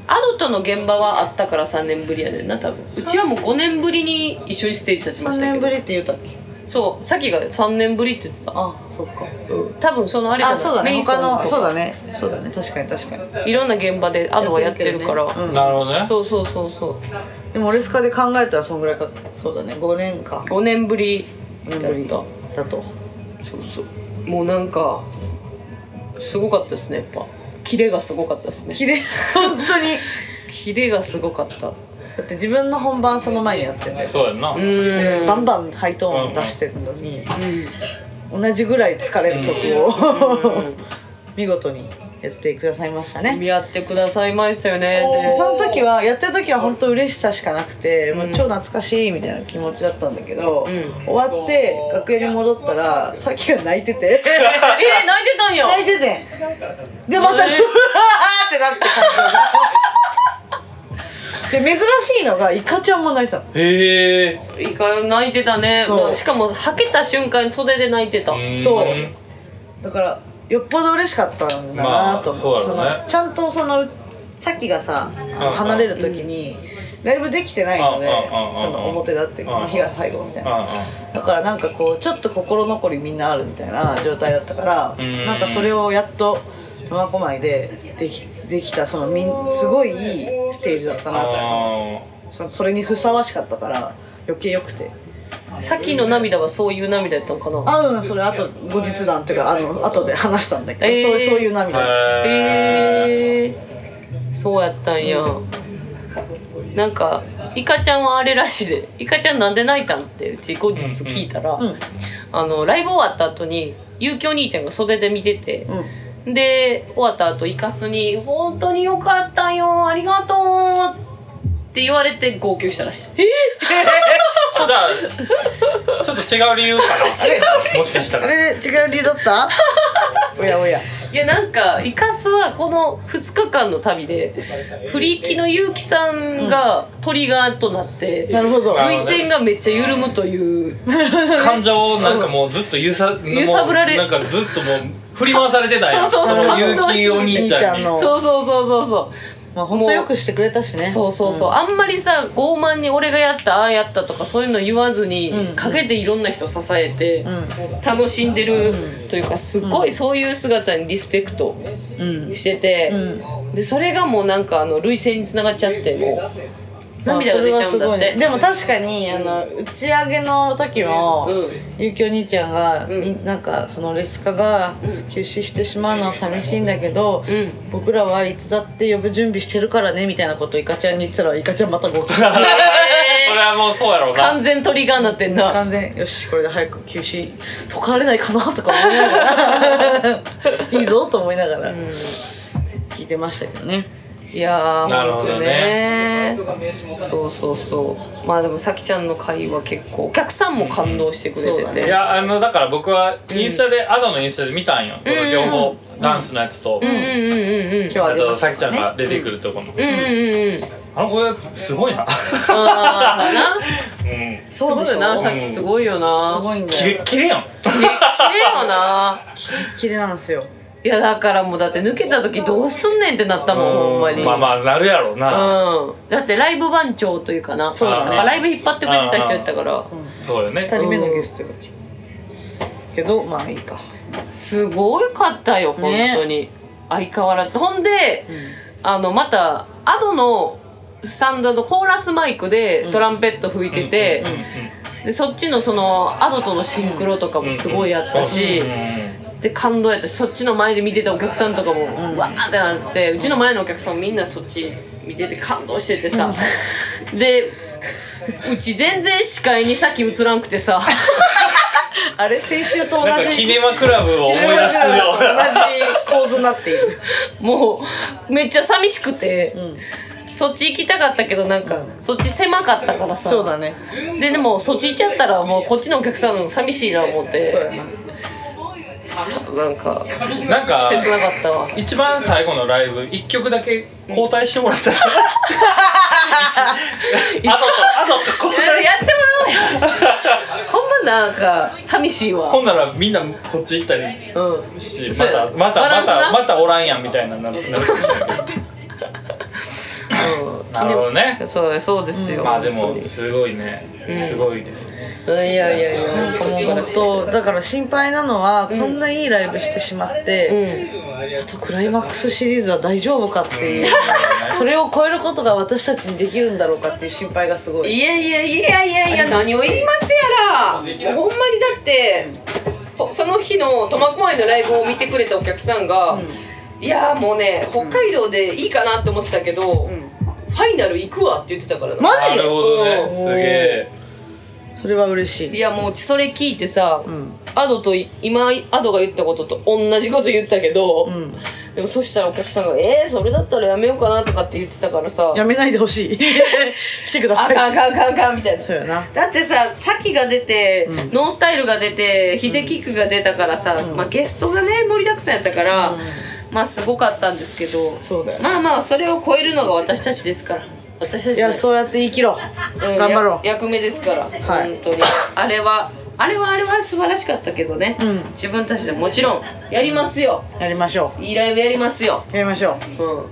Speaker 1: アドとの現場はあったから3年ぶりやねんな多分うちはもう5年ぶりに一緒にステージ立ちま
Speaker 2: 3
Speaker 1: したけ
Speaker 2: 年ぶ
Speaker 1: ど
Speaker 2: りって言ったっけ
Speaker 1: そうさっきが3年ぶりって言ってた
Speaker 2: あそっか
Speaker 1: 多分そのあれじゃな
Speaker 2: あ
Speaker 1: い
Speaker 2: そうだね
Speaker 1: メイソン
Speaker 2: 他
Speaker 1: とか
Speaker 2: のそうだねそうだね確かに確かに
Speaker 1: いろんな現場でアドはやってるから
Speaker 2: やってるけどね
Speaker 3: なるほどね
Speaker 1: そうそうそうそう
Speaker 2: でもオレスカで考えたらそんぐらいかそうだね5年か
Speaker 1: 5年ぶり
Speaker 2: 5年ぶりだと
Speaker 1: そうそうもうなんかすごかったですねやっぱキレがすごかったですね
Speaker 2: 綺麗本当に
Speaker 1: キレがすごかった
Speaker 2: だって自分の本番その前にやってんだよ
Speaker 3: そうやんな
Speaker 1: うーん
Speaker 2: バンバンハイトーン出してるのに同じぐらい疲れる曲を 見事にやってくださいましたね
Speaker 1: やってくださいましたよね
Speaker 2: でその時はやってる時は本当嬉しさしかなくて、もう超懐かしいみたいな気持ちだったんだけど、
Speaker 1: ん
Speaker 2: 終わって楽屋に戻ったらさっきが泣い てて
Speaker 1: えー、泣いてたんや
Speaker 2: 泣いててでまた「うわ!」ってなって感じで珍しいのがイカちゃんも泣いてたの
Speaker 3: へえ
Speaker 1: いいか泣いてたね
Speaker 2: そう
Speaker 1: しかもはけた瞬間に袖で泣いてた
Speaker 2: そうんだからよっぽど嬉しかったんだなと思って、
Speaker 3: まあそうだろうね
Speaker 2: のちゃんとそのさっきがさ
Speaker 3: ん
Speaker 2: 離れる時に、ライブできてないので
Speaker 3: ああああ
Speaker 2: その表だって
Speaker 3: あ
Speaker 2: この日が最後みたいな
Speaker 3: あ
Speaker 2: だからなんかこうちょっと心残りみんなあるみたいな状態だったから
Speaker 3: うん
Speaker 2: なんかそれをやっと苫小牧でできできたそのみんすごいいいステージだった
Speaker 3: あ
Speaker 2: なって
Speaker 3: あ
Speaker 2: そのそれにふさわしかったから余計良くて
Speaker 1: さっきの涙はそういう涙やったのかな
Speaker 2: あうんそれあと後日談っていうかあの後で話したんだけど、
Speaker 1: えー
Speaker 2: そうそういう涙です
Speaker 3: へ
Speaker 1: えー、そうやったんや、なんかイカちゃんはあれらしいで「イカちゃんなんで泣いたん?」ってうち後日聞いたら、
Speaker 2: うん
Speaker 1: あのライブ終わった後にゆうきお兄ちゃんが袖で見てて、
Speaker 2: うん
Speaker 1: で終わった後イカスに「本当によかったよありがとう」って言われて号泣したらしい
Speaker 3: ちょっとちょっと違う理由か なもしかした
Speaker 2: あ
Speaker 3: ら
Speaker 2: れ違う理由だった おやおや
Speaker 1: いやなんかイカスはこの2日間の旅でフリーキの結城さんがトリガーとなって、
Speaker 2: なるほど
Speaker 3: あ
Speaker 1: 涙腺がめっちゃ緩むという
Speaker 3: 感情をなんかもうずっと揺さ
Speaker 1: 揺さぶられ
Speaker 3: もうなんかずっともう振り回されてたやん
Speaker 1: そうそう
Speaker 2: そう
Speaker 3: の
Speaker 1: 感動して
Speaker 3: 結城お兄ちゃんに
Speaker 2: お兄ちゃん の
Speaker 1: そうそうそうそうそう
Speaker 2: まあ本当よくしてくれたしね
Speaker 1: そうそうそう、あんまりさ傲慢に俺がやったああやったとかそういうの言わずに、
Speaker 2: うん
Speaker 1: 陰でいろんな人支えて、
Speaker 2: う
Speaker 1: 楽しんでるというかすごいそういう姿にリスペクト
Speaker 2: うん
Speaker 1: してて、
Speaker 2: う
Speaker 1: でそれがもうなんかあの涙腺につながっちゃってもう涙が出ちゃうんだって、
Speaker 2: でも確かにあの打ち上げの時も、
Speaker 1: うん
Speaker 2: ゆうきお兄ちゃんが、
Speaker 1: ん
Speaker 2: みなんかそのレスカが休止してしまうのは寂しいんだけど、
Speaker 1: ん
Speaker 2: 僕らはいつだって呼ぶ準備してるからねみたいなことをイカちゃんに言ってたらイカちゃんまたご
Speaker 3: それはもうそうやろうな
Speaker 1: 完全トリガーになってんな
Speaker 2: 完全よしこれで早く休止解かれないかなとか思いながらいいぞと思いながら、聞いてましたけどね
Speaker 1: いやー
Speaker 3: なるほ
Speaker 1: ほん
Speaker 3: ど
Speaker 1: と
Speaker 3: ね
Speaker 1: ねそうそうそうまあでもさきちゃんの会は結構お客さんも感動してくれて
Speaker 2: うん
Speaker 1: て、
Speaker 3: いやあのだから僕はインスタで、アドのインスタで見たんよその両方、ダンスのやつと、
Speaker 1: うんうんうんうん
Speaker 2: 今日は
Speaker 3: あ
Speaker 2: ありが
Speaker 3: と
Speaker 2: と
Speaker 3: さきちゃんが出てくるとこの、
Speaker 1: うんうんうん
Speaker 3: あの子すごいな
Speaker 1: あーな
Speaker 3: うん
Speaker 1: そうだよな、
Speaker 2: そう
Speaker 1: さ
Speaker 3: で
Speaker 1: っ
Speaker 3: しょ
Speaker 1: きすごいよな。
Speaker 2: すごいん
Speaker 3: キ
Speaker 2: だ
Speaker 3: レ
Speaker 2: よ
Speaker 3: ッキレやん
Speaker 1: キレッキレよな。
Speaker 2: キレなんですよ
Speaker 1: いや、だからもうだって抜けた時どうすんねんってなったもん、ほんまに。
Speaker 3: まあまあなるやろうな、
Speaker 1: うん。だってライブ番長というかな。
Speaker 3: そうだね
Speaker 1: なんかライブ引っ張ってくれてた人やったから、
Speaker 3: そうよね
Speaker 2: 2人目のゲストが来てけどまあいいか
Speaker 1: すごいかったよ、本当に。相変わらず。ほんで、あの、また、アドの、スタンドのコーラスマイクでトランペット吹いてて、でそっちのそのアドとのシンクロとかもすごいやったし、
Speaker 3: うんうん
Speaker 1: で感動やったしそっちの前で見てたお客さんとかも、わーってなってうちの前のお客さんみんなそっち見てて感動しててさ、でうち全然視界にさっき映らんくて さ
Speaker 2: あれ先週と同
Speaker 3: なんか
Speaker 2: じ
Speaker 3: キネマクラブを思い出すような
Speaker 2: 同じ構図になっている
Speaker 1: もうめっちゃ寂しくて、そっち行きたかったけどなんか、そっち狭かったからさ
Speaker 2: そうだね
Speaker 1: ででもそっち行っちゃったらもうこっちのお客さんの方が寂しいな思って
Speaker 2: そうやな
Speaker 1: なんか
Speaker 3: なんか
Speaker 1: 切なかったわ
Speaker 3: 一番最後のライブ一曲だけ交代してもらったら あとあと交
Speaker 1: いや
Speaker 3: 代
Speaker 1: やってもらおうよほんまなんか寂しいわ
Speaker 3: ほんならみんなこっち行ったり
Speaker 1: うん
Speaker 3: しま
Speaker 1: そう
Speaker 3: た
Speaker 1: や
Speaker 3: また
Speaker 1: バラ
Speaker 3: ま
Speaker 1: ンスな
Speaker 3: たまたおらんやんみたいななるなるかもしれない
Speaker 1: うん
Speaker 3: なるほどね
Speaker 1: そうそうですよ、
Speaker 3: まあで
Speaker 1: 本当
Speaker 3: も
Speaker 1: に
Speaker 3: すごいねすごいです ね
Speaker 1: いやいやいや本当に素晴
Speaker 2: も
Speaker 1: ら
Speaker 2: う
Speaker 1: しい
Speaker 2: とだから心配なのは、こんないいライブしてしまって、
Speaker 1: う
Speaker 2: あとクライマックスシリーズは大丈夫かっていう、それを超えることが私たちにできるんだろうかっていう心配がすご
Speaker 1: ん、
Speaker 2: い
Speaker 1: いやいやいやいやいや何を言いますやらほんまにだってほその日の苫小牧のライブを見てくれたお客さんが、いやもうね北海道でいいかなって思ってたけど、ファイナル行くわって言ってたからな
Speaker 2: マ
Speaker 3: な
Speaker 2: ジ
Speaker 3: るほどね
Speaker 1: うん
Speaker 3: すげえ
Speaker 2: それは嬉し
Speaker 1: い
Speaker 2: い
Speaker 1: やもうそれ聞いてさ、アドとい今アドが言ったことと同じこと言ったけど、でもそしたらお客さんが「えー、それだったらやめようかな」とかって言ってたからさ
Speaker 2: やめないで ほしい来てくだ
Speaker 1: あ
Speaker 2: さい
Speaker 1: かんあかんあかんあかんみたいな
Speaker 2: そうやな
Speaker 1: だってさサキが出て、ノンスタイルが出て秀樹くが出たからさ、まあ、ゲストがね盛りだくさんやったから、まあすごかったんですけど
Speaker 2: そうだよ
Speaker 1: まあまあそれを超えるのが私たちですから私たち
Speaker 2: いやそうやって言い切ろう、
Speaker 1: うん
Speaker 2: 頑張ろう
Speaker 1: や役目ですから、
Speaker 2: はい
Speaker 1: 本当にあれはあれはあれは素晴らしかったけどね、
Speaker 2: うん
Speaker 1: 自分たちでもちろんやりますよ
Speaker 2: やりましょ
Speaker 1: いいライブやりますよ、
Speaker 2: うやりましょう
Speaker 1: うん、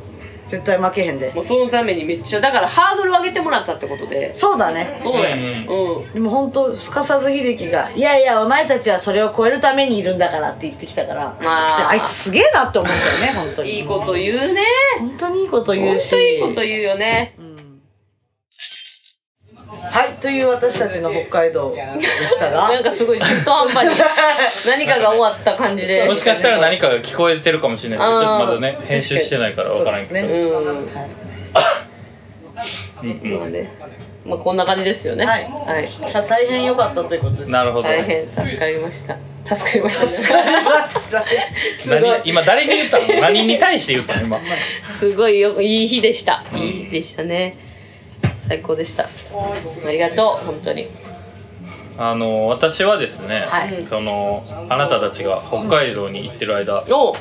Speaker 2: 絶対負けへんで
Speaker 1: もうそのためにめっちゃだからハードル上げてもらったってことで
Speaker 2: そうだね
Speaker 1: そうだよ、うん
Speaker 2: でも本当すかさず秀樹が「いやいやお前たちはそれを超えるためにいるんだから」って言ってきたからで
Speaker 1: あー
Speaker 2: あいつすげえなって思ったよね本当に
Speaker 1: いいこと言うね
Speaker 2: 本当にいいこと
Speaker 1: ほ
Speaker 2: 言
Speaker 1: ん
Speaker 2: うし
Speaker 1: といいこと言うよね
Speaker 2: はいという私たちの北海道でしたが
Speaker 1: なんかすごい中途半端に何 かが終わった感じで
Speaker 3: もしかしたら何かが聞こえてるかもしれないけどちょっとまだね編集してないから分からんけど、
Speaker 2: そうですね
Speaker 1: うん
Speaker 2: はい
Speaker 3: うん
Speaker 1: なんでまあこんな感じですよね
Speaker 2: はい
Speaker 1: はい
Speaker 2: あ大変良かったということです
Speaker 3: なるほど
Speaker 1: 大変助かりました助かりました
Speaker 2: すごい
Speaker 3: 何今誰に言ったの何に対して言ったの今
Speaker 1: すごいよいい日でしたいい日でしたね最高でしたありがとう本当に
Speaker 3: あの私はですね、
Speaker 2: はい
Speaker 3: そのあなたたちが北海道に行ってる間、
Speaker 1: おう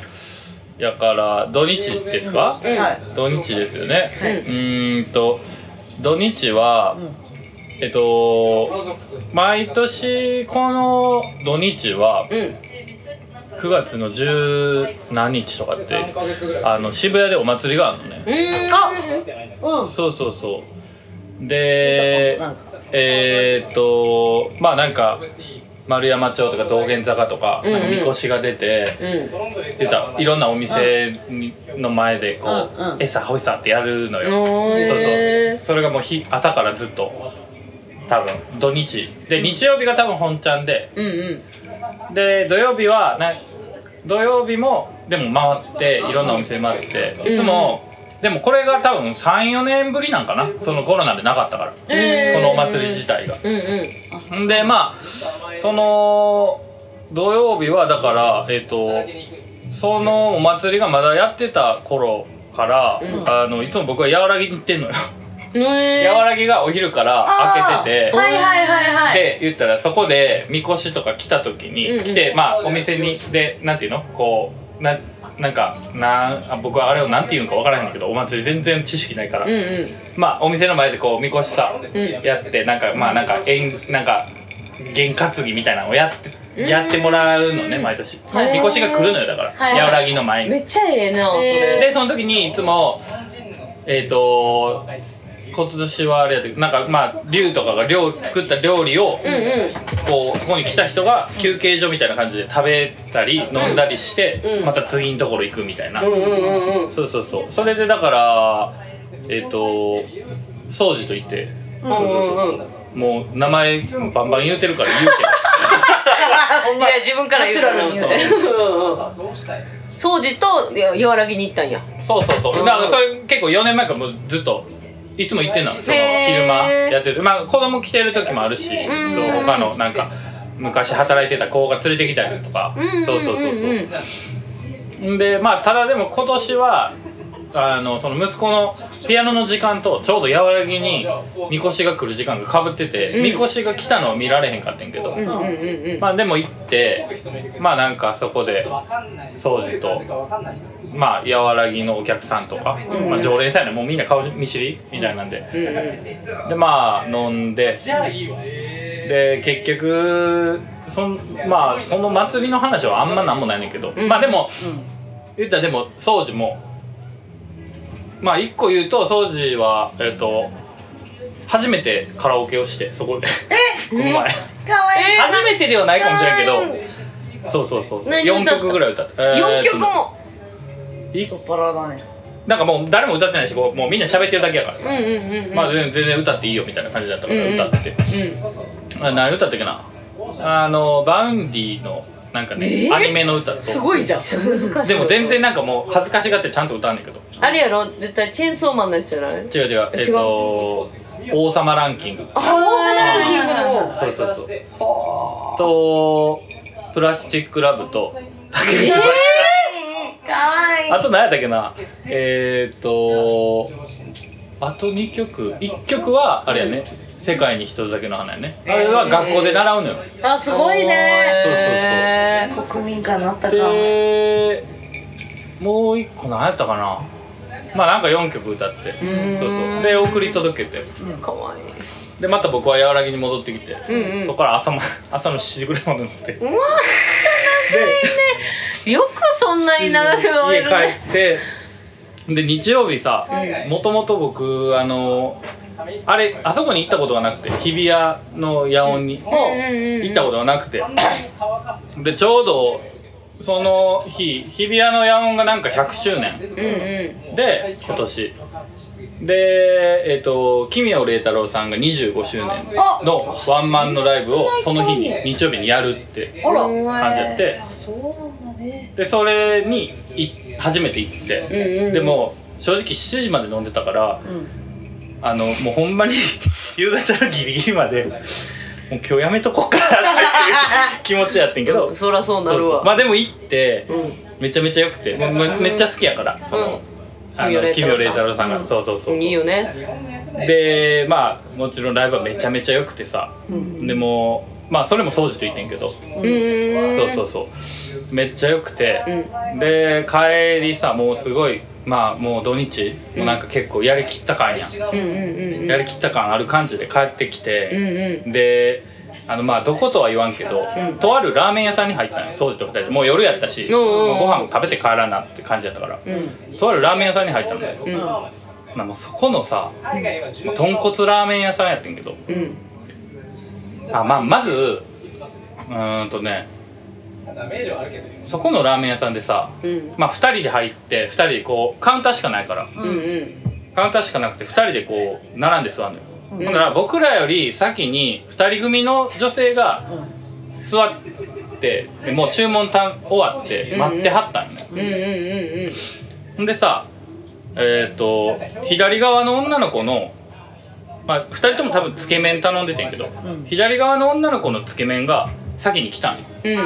Speaker 3: やから土日ですか、
Speaker 2: はい
Speaker 3: 土日ですよね、うーんと土日は、えっと毎年この土日は
Speaker 1: うん
Speaker 3: 9月の十何日とかってあの渋谷でお祭りがあるのね
Speaker 1: うーん
Speaker 2: あうん
Speaker 3: そうそうそうで
Speaker 2: なんか
Speaker 3: えーっとまあなんか丸山町とか道玄坂とか
Speaker 1: ん
Speaker 3: なんかみこしが出て、
Speaker 1: うん
Speaker 3: 出たいろんなお店にの前でこう
Speaker 2: うんうん
Speaker 3: 「餌ほいさ」ってやるのよ、
Speaker 1: おー
Speaker 3: そ
Speaker 1: へ
Speaker 3: うそう
Speaker 1: ー
Speaker 3: それがもう日朝からずっと多分土日で日曜日が多分本ちゃんで
Speaker 1: うんうん
Speaker 3: で土曜日はな土曜日もでも回っていろんなお店回っていつも、でもこれが多分34年ぶりなんかなそのコロナでなかったから、このお祭り自体が。
Speaker 1: うんうん
Speaker 3: んでまあその土曜日はだからえっ、とそのお祭りがまだやってた頃から、あのいつも僕は和らぎに行ってんのよ。
Speaker 1: え
Speaker 3: 和らぎがお昼から開けてて、
Speaker 2: はいはいはいはい
Speaker 3: で言ったらそこでみこしとか来た時に、
Speaker 1: うんうん
Speaker 3: 来てまあお店にでなんていうのこうななんかなんあ僕はあれをなんていうのかわからへんねんけどお祭り全然知識ないから、
Speaker 1: うんうん
Speaker 3: まあお店の前でこうみこしさ、
Speaker 1: ん
Speaker 3: やってなんかまあなんか縁なんか験担ぎみたいなのをやってやってもらうのね毎年、
Speaker 1: い
Speaker 3: みこしが来るのよだから、
Speaker 2: はいはい
Speaker 3: やわらぎの前に
Speaker 1: めっちゃええなそれ
Speaker 3: でその時にいつもえっ、と今年はあれやってなんかまあ龍とかが料作った料理を、
Speaker 1: うんうん
Speaker 3: こうそこに来た人が休憩所みたいな感じで食べたり飲んだりして、
Speaker 1: うん
Speaker 3: また次のところ行くみたいな、
Speaker 1: うんうんうんうん
Speaker 3: そうそうそうそれでだからえっ、と掃除と言って、そうそうそう
Speaker 1: うんうん
Speaker 3: もう名前バンバン言うてるから言う
Speaker 1: いや自分から言うかな
Speaker 2: ナチュラルに
Speaker 1: 掃除といや和らぎに行ったんや
Speaker 3: けどそうそうそうだからそれ結構4年前からもうずっといつも行ってんのその
Speaker 1: へー
Speaker 3: 昼間やってるまあ子供来てる時もあるし
Speaker 1: ん
Speaker 3: そう他のなんか昔働いてた子が連れてきたりとかそうそうそうそうでまあただでも今年はあのその息子のピアノの時間とちょうど和らぎにみこしが来る時間がかぶってて、みこしが来たのは見られへんかったんけど、
Speaker 1: うんうんうんうん
Speaker 3: まあでも行ってまあなんかそこで掃除とまあ和らぎのお客さんとか、まあ、常連さんやねもうみんな顔見知りみたいなんで、
Speaker 1: うんうん
Speaker 3: でまあ飲んでで結局そんまあその祭りの話はあんまなんもないねんけど、まあでも、言ったらでも掃除もまあ一個言うと掃除はえっ、と初めてカラオケをしてそこでこの 前
Speaker 2: かわいい
Speaker 3: 初めてではないかもしれんけどそうそうそうそう
Speaker 1: 何歌っ
Speaker 3: 4
Speaker 1: た
Speaker 3: 曲ぐらい歌って
Speaker 1: 4曲も
Speaker 2: 太っ腹だね
Speaker 3: なんかもう誰も歌ってないしこうもうみんな喋ってるだけやから
Speaker 1: う
Speaker 3: さ、
Speaker 1: んうんうんうん
Speaker 3: まあ全然全然歌っていいよみたいな感じだったから歌って、
Speaker 1: うん
Speaker 3: あ何歌ったっけなあのバウンディのなんかね、
Speaker 2: えー
Speaker 3: アニメの歌と
Speaker 2: すごいじゃん
Speaker 1: 難しい
Speaker 3: でも全然なんかもう恥ずかしがってちゃんと歌うんだけど
Speaker 1: あれやろ絶対チェーンソーマンの人じゃない
Speaker 3: 違う違うえっと王様ランキング
Speaker 1: あ大阪ランキングの
Speaker 3: そうそうそうとプラスチックラブと竹内まり
Speaker 2: かわいい
Speaker 3: あと何やったっけなえー、っとあと2曲1曲はあれやね「世界に一つだけの花」やねあれは学校で習うのよ
Speaker 2: あすごいね
Speaker 3: そうそう
Speaker 1: へー
Speaker 2: 国民歌になったか
Speaker 3: でもう一個何やったかなまあなんか4曲歌って
Speaker 1: ん
Speaker 3: そうそうで送り届けて
Speaker 1: かわいい
Speaker 3: でまた僕は和らぎに戻ってきて、
Speaker 1: んうん
Speaker 3: そこから朝,、ま、 朝の7時ぐらいまで乗って で
Speaker 1: よくそんなに長く飲め
Speaker 3: 家
Speaker 1: るね
Speaker 3: 帰ってで日曜日さもともと僕あのあれあそこに行ったことがなくて日比谷の野音に行ったことがなくてでちょうどその日日比谷の野音がなんか100周年
Speaker 1: うん
Speaker 3: で今年でえっ、と奇妙麗太郎さんが25周年のワンマンのライブをその日に日曜日にやるって
Speaker 2: あら
Speaker 1: うん
Speaker 2: う
Speaker 3: 感じやって
Speaker 4: そうなんだね
Speaker 3: でそれにい初めて行って、
Speaker 1: うんうん
Speaker 3: でも正直7時まで飲んでたから、あのもうほんまに 夕方のギリギリまでもう今日やめとこうかなっていう気持ちやってんけど、
Speaker 1: そらそうなる
Speaker 3: そうそ
Speaker 1: わ
Speaker 3: うまあでも行って、
Speaker 2: ん
Speaker 3: めちゃめちゃ良くて、もうめめっちゃ好きやから、その。あの
Speaker 1: 奇
Speaker 3: 奇
Speaker 1: 妙
Speaker 3: 妙
Speaker 1: 麗
Speaker 3: 麗
Speaker 1: 太
Speaker 3: 太
Speaker 1: 郎
Speaker 3: 郎さんが、そうそうそう
Speaker 1: いいよね
Speaker 3: でまあもちろんライブはめちゃめちゃ良くてさ、でもまあそれも掃除と言ってんけど、
Speaker 1: うーん
Speaker 3: そうそうそうめっちゃ良くて、で帰りさもうすごいまあもう土日、もうなんか結構やりきった感やん、
Speaker 1: うんうんうん
Speaker 3: やりきった感ある感じで帰ってき
Speaker 1: うん
Speaker 3: て、
Speaker 1: う
Speaker 3: であのまあどことは言わんけど、とあるラーメン屋さんに入ったのよ掃除と二人でもう夜やったし、
Speaker 1: んうんうん
Speaker 3: もうご飯も食べて帰らなって感じやったから、とあるラーメン屋さんに入ったのよ、まあ、もうそこのさ、まあ、豚骨ラーメン屋さんやってんけど、
Speaker 1: んうん
Speaker 3: あまあまずうーんとねそこのラーメン屋さんでさ、
Speaker 1: うん
Speaker 3: まあ2人で入って2人でこうカウンターしかないから、
Speaker 1: うんうん
Speaker 3: カウンターしかなくて2人でこう並んで座るのよ、ほんなら僕らより先に2人組の女性が座ってでもう注文たん終わって待ってはったんよね、
Speaker 1: うんうんうん
Speaker 3: ほんでさえっ、と左側の女の子のまあ2人とも多分つけ麺頼んでてんけど、左側の女の子のつけ麺が先に来たんよ
Speaker 1: うんうん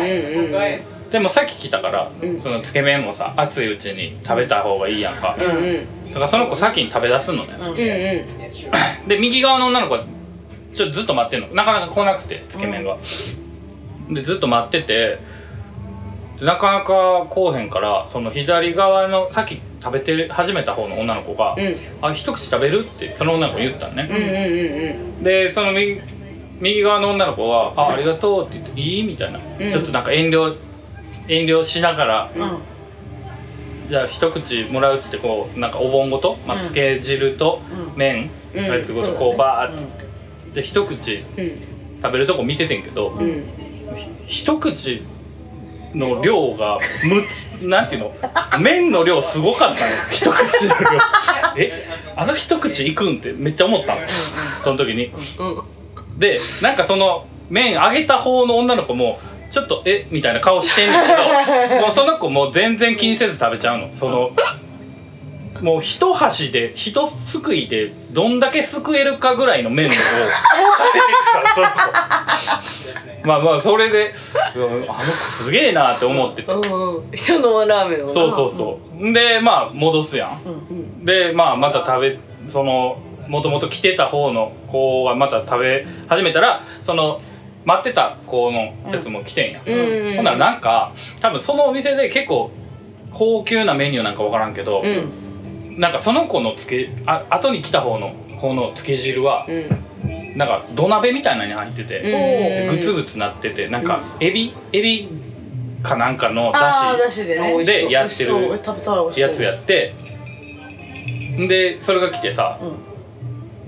Speaker 1: うん
Speaker 3: でもさっき来たから、そのつけ麺もさ熱いうちに食べた方がいいやんか、
Speaker 1: うんうん
Speaker 3: だからその子先に食べ出すのね、
Speaker 1: うんうん
Speaker 3: で右側の女の子はちょずっと待ってんのなかなか来なくてつけ麺が、でずっと待っててでなかなか来おへんからその左側のさっき食べてる始めた方の女の子が「
Speaker 1: ん
Speaker 3: あ一口食べる?」ってその女の子言ったのね、
Speaker 1: うんうん
Speaker 3: でその右右側の女の子は「あありがとう」って言って「いい?」みたいな、ちょっとなんか遠慮遠慮しながら、じゃあ一口もらうっつってこうなんかお盆ごと、まあ、つけ汁と麺、
Speaker 1: うん
Speaker 3: あいつごとこうバーって、で一口
Speaker 1: うん
Speaker 3: 食べるとこ見ててんけど、
Speaker 1: うん
Speaker 3: 一口の量がむ なんていうの麺の量すごかったの一口の量えあの一口いくんってめっちゃ思ったのその時に
Speaker 1: うん
Speaker 3: でなんかその麺揚げた方の女の子もちょっとえみたいな顔してんだけどもうその子もう全然気にせず食べちゃうのそのもう一箸で一すくいでどんだけすくえるかぐらいの麺を食べてきたのその子まあまあそれでうわあの子すげえなって思ってて
Speaker 1: うん人のラーメンをな
Speaker 3: そうそうそう、でまあ戻すやん、でまあまた食べそのもともと来てた方の子がまた食べ始めたらその待ってた子のやつも来てんや、
Speaker 1: うん
Speaker 3: ほんならなんか多分そのお店で結構高級なメニューなんか分からんけど、
Speaker 1: うん
Speaker 3: なんかその子のつけあ後に来た方の子のつけ汁は
Speaker 1: うん
Speaker 3: なんか土鍋みたいなのに入ってて、
Speaker 1: うん
Speaker 3: グツグツなっててなんかエビエビかなんかのだ
Speaker 2: あーだ
Speaker 3: し
Speaker 2: しでね
Speaker 3: でや
Speaker 2: 美
Speaker 3: ってる
Speaker 2: 味しそう食べたら美味しそう
Speaker 3: やつやってでそれが来てさ、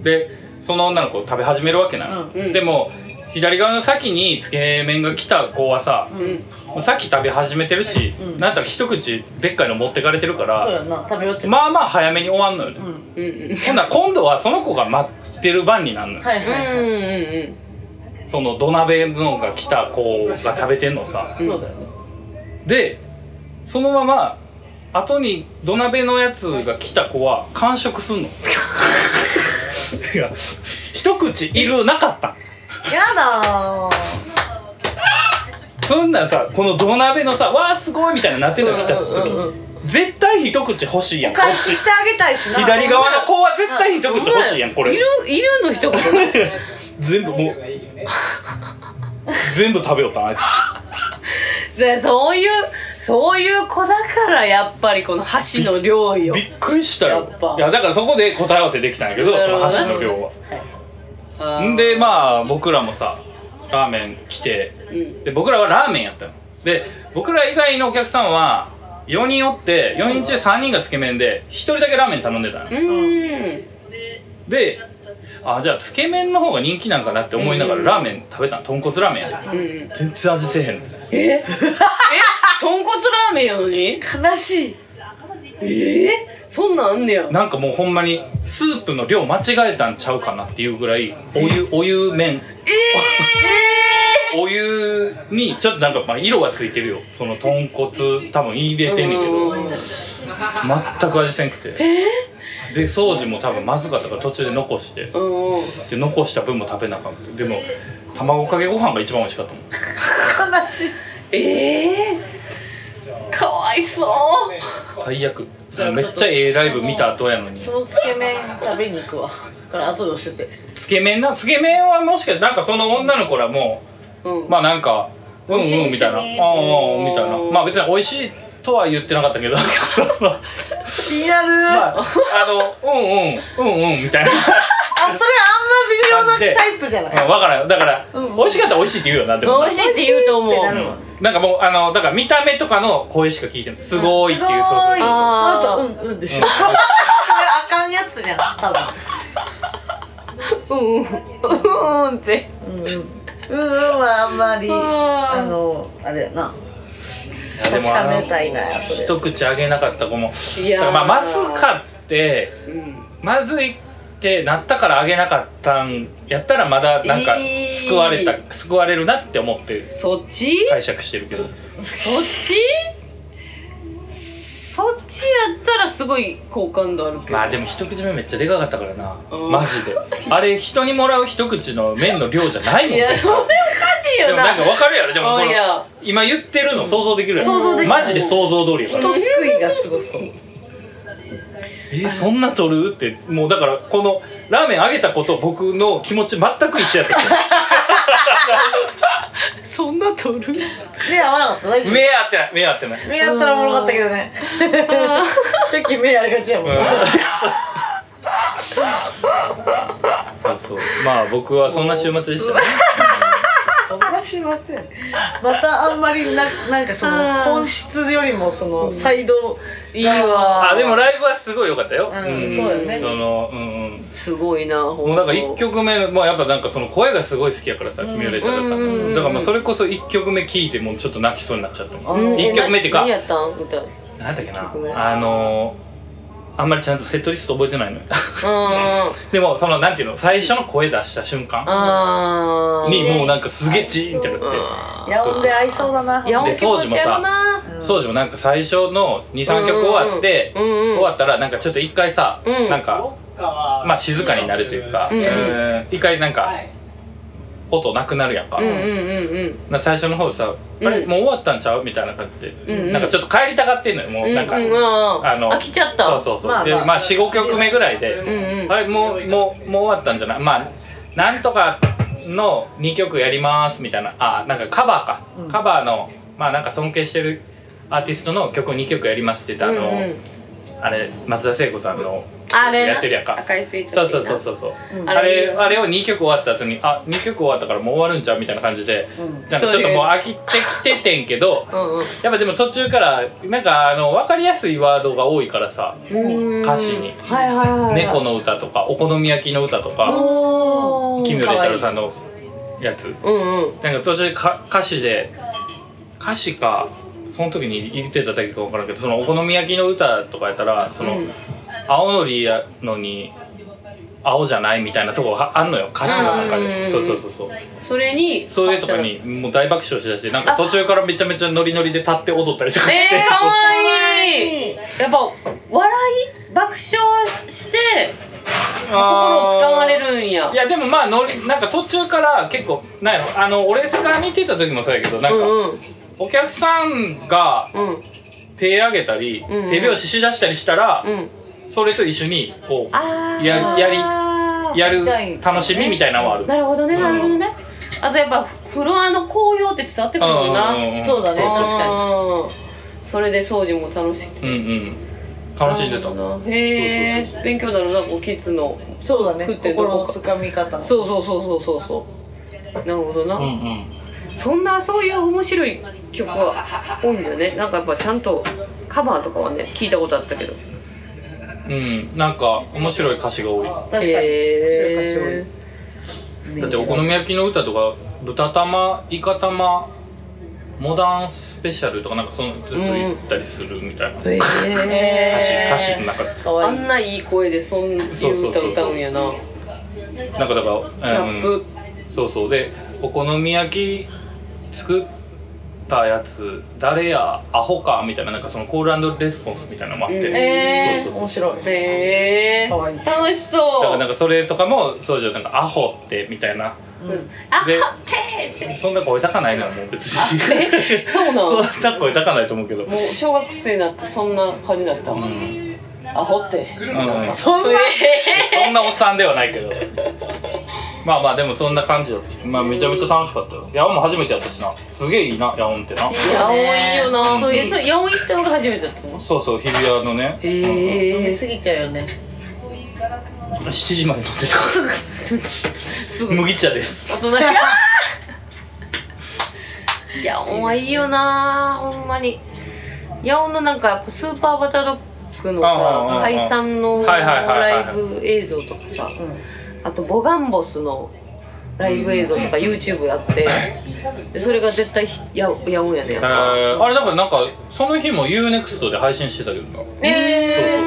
Speaker 3: でその女の子を食べ始めるわけなの、
Speaker 1: うん
Speaker 3: でも左側の先につけ麺が来た子はさ、もうさっき食べ始めてるし、なんやったら一口でっかいの持ってかれてるか
Speaker 2: そう
Speaker 3: ら
Speaker 2: やな食べようって
Speaker 3: まあまあ早めに終わんのよね、
Speaker 1: うんうん
Speaker 3: ほんなら今度はその子が待ってる番になるのよ、
Speaker 2: はいは
Speaker 1: うん
Speaker 2: いはい、
Speaker 1: うん
Speaker 3: その土鍋のが来た子が食べてんのさ、
Speaker 2: そうだよね
Speaker 3: でそのまま後に土鍋のやつが来た子は完食すんのいや一口いるなかった
Speaker 2: やだー
Speaker 3: そんなんさこの土鍋のさ「わあすごい!」みたいななってるの来た時絶対一口欲しいやん
Speaker 2: お返ししてあげたいしな
Speaker 3: 左側の子は絶対一口欲しいやんこ
Speaker 1: うんい
Speaker 3: れ
Speaker 1: るいるの一言
Speaker 3: 全部もう全部食べよったあいつ
Speaker 1: でそういうそういう子だからやっぱりこの箸の量よ
Speaker 3: びっくりした
Speaker 1: や
Speaker 3: よ
Speaker 1: っぱ
Speaker 3: いやだからそこで答え合わせできたんやけど
Speaker 1: な
Speaker 3: そ
Speaker 1: る
Speaker 3: の
Speaker 1: ほどね
Speaker 3: 箸の量は。
Speaker 1: あー
Speaker 3: んでまあ僕らもさラーメン来て、で僕らはラーメンやったので僕ら以外のお客さんは4人おって4人中3人がつけ麺で1人だけラーメン頼んでたの
Speaker 1: うーん
Speaker 3: であじゃあつけ麺の方が人気なんかなって思いながらラーメン食べたの豚骨ラーメンやで
Speaker 1: うん
Speaker 3: 全然味せえへん
Speaker 1: ええ豚骨ラーメンやのに
Speaker 2: 悲しい
Speaker 1: えそんなんあんねや
Speaker 3: なんかもうほんまにスープの量間違えたんちゃうかなっていうぐらいお湯お湯麺 お湯にちょっとなんかまあ色がついてるよその豚骨多分入れてんねんけど
Speaker 1: うん
Speaker 3: 全く味せんくてで掃除も多分まずかったから途中で残して
Speaker 1: うん
Speaker 3: で残した分も食べなあかんくてでも卵かけご飯が一番美味しかったもん
Speaker 2: 悲しい
Speaker 1: ええかわいそう
Speaker 3: 最悪めっちゃええライブ見た後やのに
Speaker 2: そのつけ麺食べに行くわこれ後で教えて
Speaker 3: つけ麺なつけ麺はもしかしてなんかその女の子らも
Speaker 1: うん
Speaker 3: まあなんかうんうん
Speaker 2: 美味しい
Speaker 3: みたいな
Speaker 2: しね
Speaker 3: ああああみたいなまあ別に美味しいとは言ってなかったけどそのま
Speaker 2: 気になる、
Speaker 3: ああのうんうんうんうんみたいな
Speaker 2: あそれあんま微妙なタイプじゃない
Speaker 3: 分からんだから、
Speaker 2: うん
Speaker 3: 美味しかったら美味しいって言うよなでも
Speaker 1: 美味しいって言うと思う
Speaker 2: 美味しいってなるわ
Speaker 3: なんかもうあのだから見た目とかの声しか聞いてないすごいっていうそうそう
Speaker 2: す
Speaker 3: そ
Speaker 2: ご
Speaker 3: う
Speaker 2: い
Speaker 1: あー
Speaker 2: その後うんうんでしょそれあかんやつじゃん多分
Speaker 1: うんうんうんうんって
Speaker 2: うんうんうんうんはあんまり
Speaker 1: あー
Speaker 2: あのあれやない
Speaker 3: やで
Speaker 2: 確
Speaker 3: もあ
Speaker 2: か
Speaker 3: の
Speaker 2: めたいなそれ
Speaker 3: 一口あげなかった子も
Speaker 1: いやー
Speaker 3: だからまあまずかってまずいってなったからあげなかったんやったらまだなんか
Speaker 1: いい
Speaker 3: 救われた、救われるなって思って
Speaker 1: そっち
Speaker 3: 解釈してるけど
Speaker 1: そっちそっちやったらすごい好感度あるけど、
Speaker 3: まあでも一口目めっちゃでかかったからな
Speaker 1: うん
Speaker 3: マジであれ人にもらう一口の麺の量じゃないもん
Speaker 1: いや
Speaker 3: 絶
Speaker 1: そ
Speaker 3: 対
Speaker 1: れおかしい
Speaker 3: で
Speaker 1: よ
Speaker 3: もなん
Speaker 1: な
Speaker 3: かわかるやろでもそ
Speaker 1: うんい
Speaker 3: の
Speaker 1: や
Speaker 3: 今言ってるの想像できるやろ
Speaker 2: 想像できる
Speaker 3: マジで想像通りやから
Speaker 2: 人すくいがすごそう
Speaker 3: えーそんな取るってもうだからこのラーメンあげたこと僕の気持ち全く一緒やったけど
Speaker 1: そんな取る
Speaker 2: 目合わなかった大丈夫
Speaker 3: 目合ってない目合ってない
Speaker 2: 目合ったらおもろかったけどねチョキ目合い がちやもんな
Speaker 3: そうそうまあ僕はそんな週末でしたね
Speaker 2: そんな週末やねまたあんまりななんかその
Speaker 1: あー
Speaker 2: 本質よりもそのサイド
Speaker 1: いいわ
Speaker 3: あでもライブはすごい良かったよ、
Speaker 2: うんそうだね
Speaker 3: そのうんうん
Speaker 1: すごいなほ
Speaker 3: もうなんか
Speaker 1: 一
Speaker 3: 1曲目のまあやっぱなんかその声がすごい好きやからさ、君られたらさ、
Speaker 1: うんうんうん
Speaker 3: だからまあそれこそ1曲目聴いてもうちょっと泣きそうになっちゃったもん
Speaker 2: うん
Speaker 3: 一曲目っていうか
Speaker 1: 何やったん歌うん
Speaker 3: なんだっけな
Speaker 1: 曲目
Speaker 3: あのー、あんまりちゃんとセットリスト覚えてないのよ
Speaker 1: あ
Speaker 3: でもそのなんていうの最初の声出した瞬間
Speaker 1: あ
Speaker 3: に
Speaker 2: ね
Speaker 3: もうなんかすげえチーンってなって
Speaker 2: ヤオンで合いそうだな
Speaker 1: やお
Speaker 3: で
Speaker 1: 気持ちやろな
Speaker 3: そうじゃんなんか最初の23曲終わって
Speaker 1: うんうんうんうん
Speaker 3: 終わったらなんかちょっと一回さ
Speaker 1: うん
Speaker 3: なんかまあ静かになるというか
Speaker 1: うんうん
Speaker 3: うん一回なんか音なくなるやんか
Speaker 1: うんうんうんうん
Speaker 3: な最初の方さ「
Speaker 1: うん
Speaker 3: あれもう終わったんちゃう?」みたいな感じ
Speaker 1: うんう
Speaker 3: で
Speaker 1: ん
Speaker 3: なんかちょっと帰りたがってんのよもうなんか
Speaker 1: うんうん
Speaker 3: あの
Speaker 1: 飽きちゃった
Speaker 3: そうそうそう
Speaker 2: まあ
Speaker 3: で
Speaker 2: まあ
Speaker 3: まあ45曲目ぐらい
Speaker 1: うん
Speaker 3: で
Speaker 1: う
Speaker 3: 「
Speaker 1: ん
Speaker 3: あれもうもうもう終わったんじゃない?」まあなんとかの2曲やりますみたいなあなんかカバーか
Speaker 2: うん
Speaker 3: カバーのまあなんか尊敬してるアーティストの曲を2曲やりますって言ってあの、
Speaker 1: うんうん
Speaker 3: あれ松田聖子さんの
Speaker 1: あれな
Speaker 3: やってるやんか
Speaker 1: 赤いスイート
Speaker 3: そうそうそう
Speaker 1: う
Speaker 3: そうそう
Speaker 2: うん
Speaker 3: あれあれを2曲終わった後にあ二2曲終わったからもう終わるんちゃうみたいな感じで、
Speaker 2: うん
Speaker 3: なんかちょっともう飽きてきててんけど
Speaker 1: うんうん
Speaker 3: やっぱでも途中からなんかあの分かりやすいワードが多いからさ
Speaker 1: うん
Speaker 3: 歌詞に
Speaker 2: はいはいはい
Speaker 3: 「
Speaker 2: はい
Speaker 3: 猫の歌」とか「お好み焼きの歌」とか
Speaker 2: おー
Speaker 3: 金魚で太郎さんのやつ
Speaker 1: うんうん
Speaker 3: なんか途中でか歌詞で歌詞かその時に言ってただけか分からんけどそのお好み焼きの歌とかやったらその、
Speaker 1: うん
Speaker 3: 青のりやのに青じゃないみたいなとこはあんのよ歌詞の中
Speaker 1: うんうんう
Speaker 3: で
Speaker 1: ん
Speaker 3: そうそうそうそう
Speaker 1: それに
Speaker 3: それとかにもう大爆笑しだしてなんか途中からめちゃめちゃノリノリで立って踊ったりとか
Speaker 1: え
Speaker 3: して、
Speaker 1: ー、か
Speaker 3: そう
Speaker 1: わいい
Speaker 2: いい
Speaker 1: やっぱ笑い爆笑して
Speaker 3: そう
Speaker 1: 心をつかまれ
Speaker 3: あ
Speaker 1: るんや
Speaker 3: ーいやでもまあノリなんか途中から結構なんやろあの俺スカ見てた時もそうやけどなん
Speaker 1: う
Speaker 3: か、
Speaker 1: んうん
Speaker 3: お客さんが
Speaker 1: うん
Speaker 3: 手上げたり、
Speaker 1: うんうん
Speaker 3: 手拍子しだしたりしたら、
Speaker 1: うん
Speaker 3: それと一緒にこう
Speaker 1: あー
Speaker 3: ややりやる楽しみみたいなのはある。
Speaker 1: なるほどねなるほどねあとやっぱフロアの紅葉って伝わってくるもんな
Speaker 3: うんうんうん
Speaker 2: そうだね確かに
Speaker 1: あーそれで掃除も楽しくて
Speaker 3: うんうん。楽しんでた。
Speaker 1: なるほどなへ
Speaker 3: そう
Speaker 1: え勉強だろうなこうキッズの
Speaker 2: そうだね
Speaker 1: 食ってどこ
Speaker 2: 心のつかみ方
Speaker 1: そうそうそうそうそうそうなるほどな、
Speaker 3: うんうん。
Speaker 1: そんなそういう面白い曲は多いんだねなんかやっぱちゃんとカバーとかはね聞いたことあったけど
Speaker 3: うんなんか面白い歌詞が多い
Speaker 2: 確かに、
Speaker 1: へ
Speaker 3: だってお好み焼きの歌とか「豚玉イカ玉モダンスペシャル」とかなんかそのずっと言ったりするみたいな、
Speaker 1: え
Speaker 2: え
Speaker 3: 歌詞歌詞の中で
Speaker 2: か
Speaker 3: さ
Speaker 1: あ
Speaker 2: わいい
Speaker 1: んないい声でそんいう
Speaker 3: そうそう
Speaker 1: 歌
Speaker 3: そう
Speaker 1: 歌うんやな
Speaker 3: なんかだから
Speaker 1: キャ
Speaker 3: うん
Speaker 1: ップ
Speaker 3: そうそうでお好み焼き作ったやつ誰やアホかみたいななんかそのコールレスポンスみたいなのもあって、
Speaker 1: うん
Speaker 2: えー、
Speaker 3: そうそうそう
Speaker 2: 面白い
Speaker 1: へえ
Speaker 2: かわいい
Speaker 1: 楽し
Speaker 3: だか
Speaker 1: そ
Speaker 3: ら
Speaker 1: う
Speaker 3: なんかそれとかもそうじゃんなんかアホってみたいな
Speaker 1: あ
Speaker 3: でそんな声高ないのはもう別に
Speaker 1: そうなん
Speaker 3: そ
Speaker 1: も
Speaker 3: んな声高ないと思うけど、うん
Speaker 1: う小学生になってそんな感じだったアホって
Speaker 3: うん
Speaker 2: そんな
Speaker 3: そんなおっさんではないけど。まあまあでもそんな感じだった。まあめちゃめちゃ楽しかったよ。ヤオンも初めてやったしな。すげえいいな、ヤオンってな。
Speaker 1: ヤオンいいよ
Speaker 2: 本当
Speaker 1: な
Speaker 2: に
Speaker 1: えそれヤオン行ったのが初めてだったの
Speaker 3: そうそう、日比谷のね。
Speaker 1: へ
Speaker 2: 飲み
Speaker 1: え
Speaker 2: すぎちゃうよね
Speaker 3: 7時まで飲んでた。
Speaker 1: すごい
Speaker 3: 麦茶です。
Speaker 1: 大人し いやお前いいよなほんまにヤオンのなんかやっぱスーパーバターロックの
Speaker 3: あああ
Speaker 1: さ
Speaker 3: あ
Speaker 1: 解散の
Speaker 3: はいはいはいはい
Speaker 1: ライブ映像とかさあとボガンボスのライブ映像とか YouTube やってでそれが絶対ヤヤオンやねやっ
Speaker 3: え
Speaker 1: ぱ
Speaker 3: ー、あれだからなんか、その日も UNEXT で配信してたけどな。
Speaker 2: え
Speaker 3: そうそう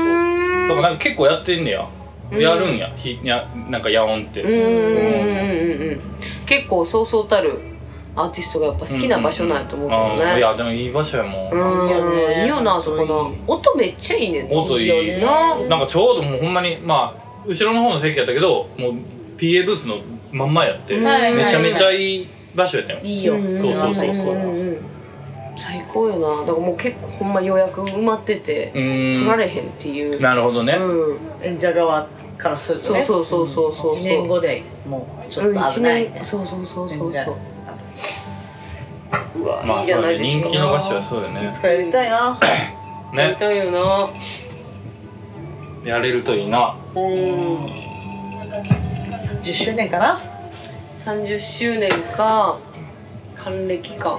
Speaker 3: そう。だからなんか結構やってんねや。やるんや。ひやなんかヤオンって。
Speaker 1: うんうんうんうんうん結構そうそうたるアーティストがやっぱ好きな場所なんやと思うけどね、
Speaker 3: うんいや、でもいい場所やもん。
Speaker 1: うんいいよなあそこの音めっちゃいいねん
Speaker 3: 音いい
Speaker 1: よな
Speaker 3: なんかちょうどもうほんまにまあ後ろの方の席やったけどもう PA ブースのまんまやって、
Speaker 1: はい
Speaker 3: めちゃめちゃいい場所やったよ、
Speaker 2: いいよ
Speaker 3: そうそうそうそうん
Speaker 1: ん最高よなだからもう結構ほんま予約埋まってて
Speaker 3: うー
Speaker 1: 取
Speaker 3: ん
Speaker 1: られへんっていう
Speaker 3: なるほどね、
Speaker 1: うん
Speaker 2: 演者側からすると
Speaker 1: そう
Speaker 2: ね
Speaker 1: そうそうそうそう
Speaker 2: 1年後でもうち
Speaker 1: う
Speaker 2: ょっ
Speaker 1: ん
Speaker 2: と
Speaker 1: 一
Speaker 2: 危ないみたい
Speaker 1: 年
Speaker 2: な
Speaker 1: そうそうそうそう
Speaker 2: 全
Speaker 1: そう
Speaker 2: 然
Speaker 1: うわ
Speaker 3: ま
Speaker 1: い
Speaker 3: あ
Speaker 1: いじゃ
Speaker 3: そう
Speaker 1: な
Speaker 3: ね
Speaker 1: いです
Speaker 3: 人
Speaker 1: か
Speaker 3: 気の場所はそうだよね
Speaker 2: 使いたいな
Speaker 1: やり
Speaker 3: ね
Speaker 1: たいよな
Speaker 3: やれるといいな
Speaker 1: うん
Speaker 2: 10周年かな
Speaker 1: 30周年か還暦か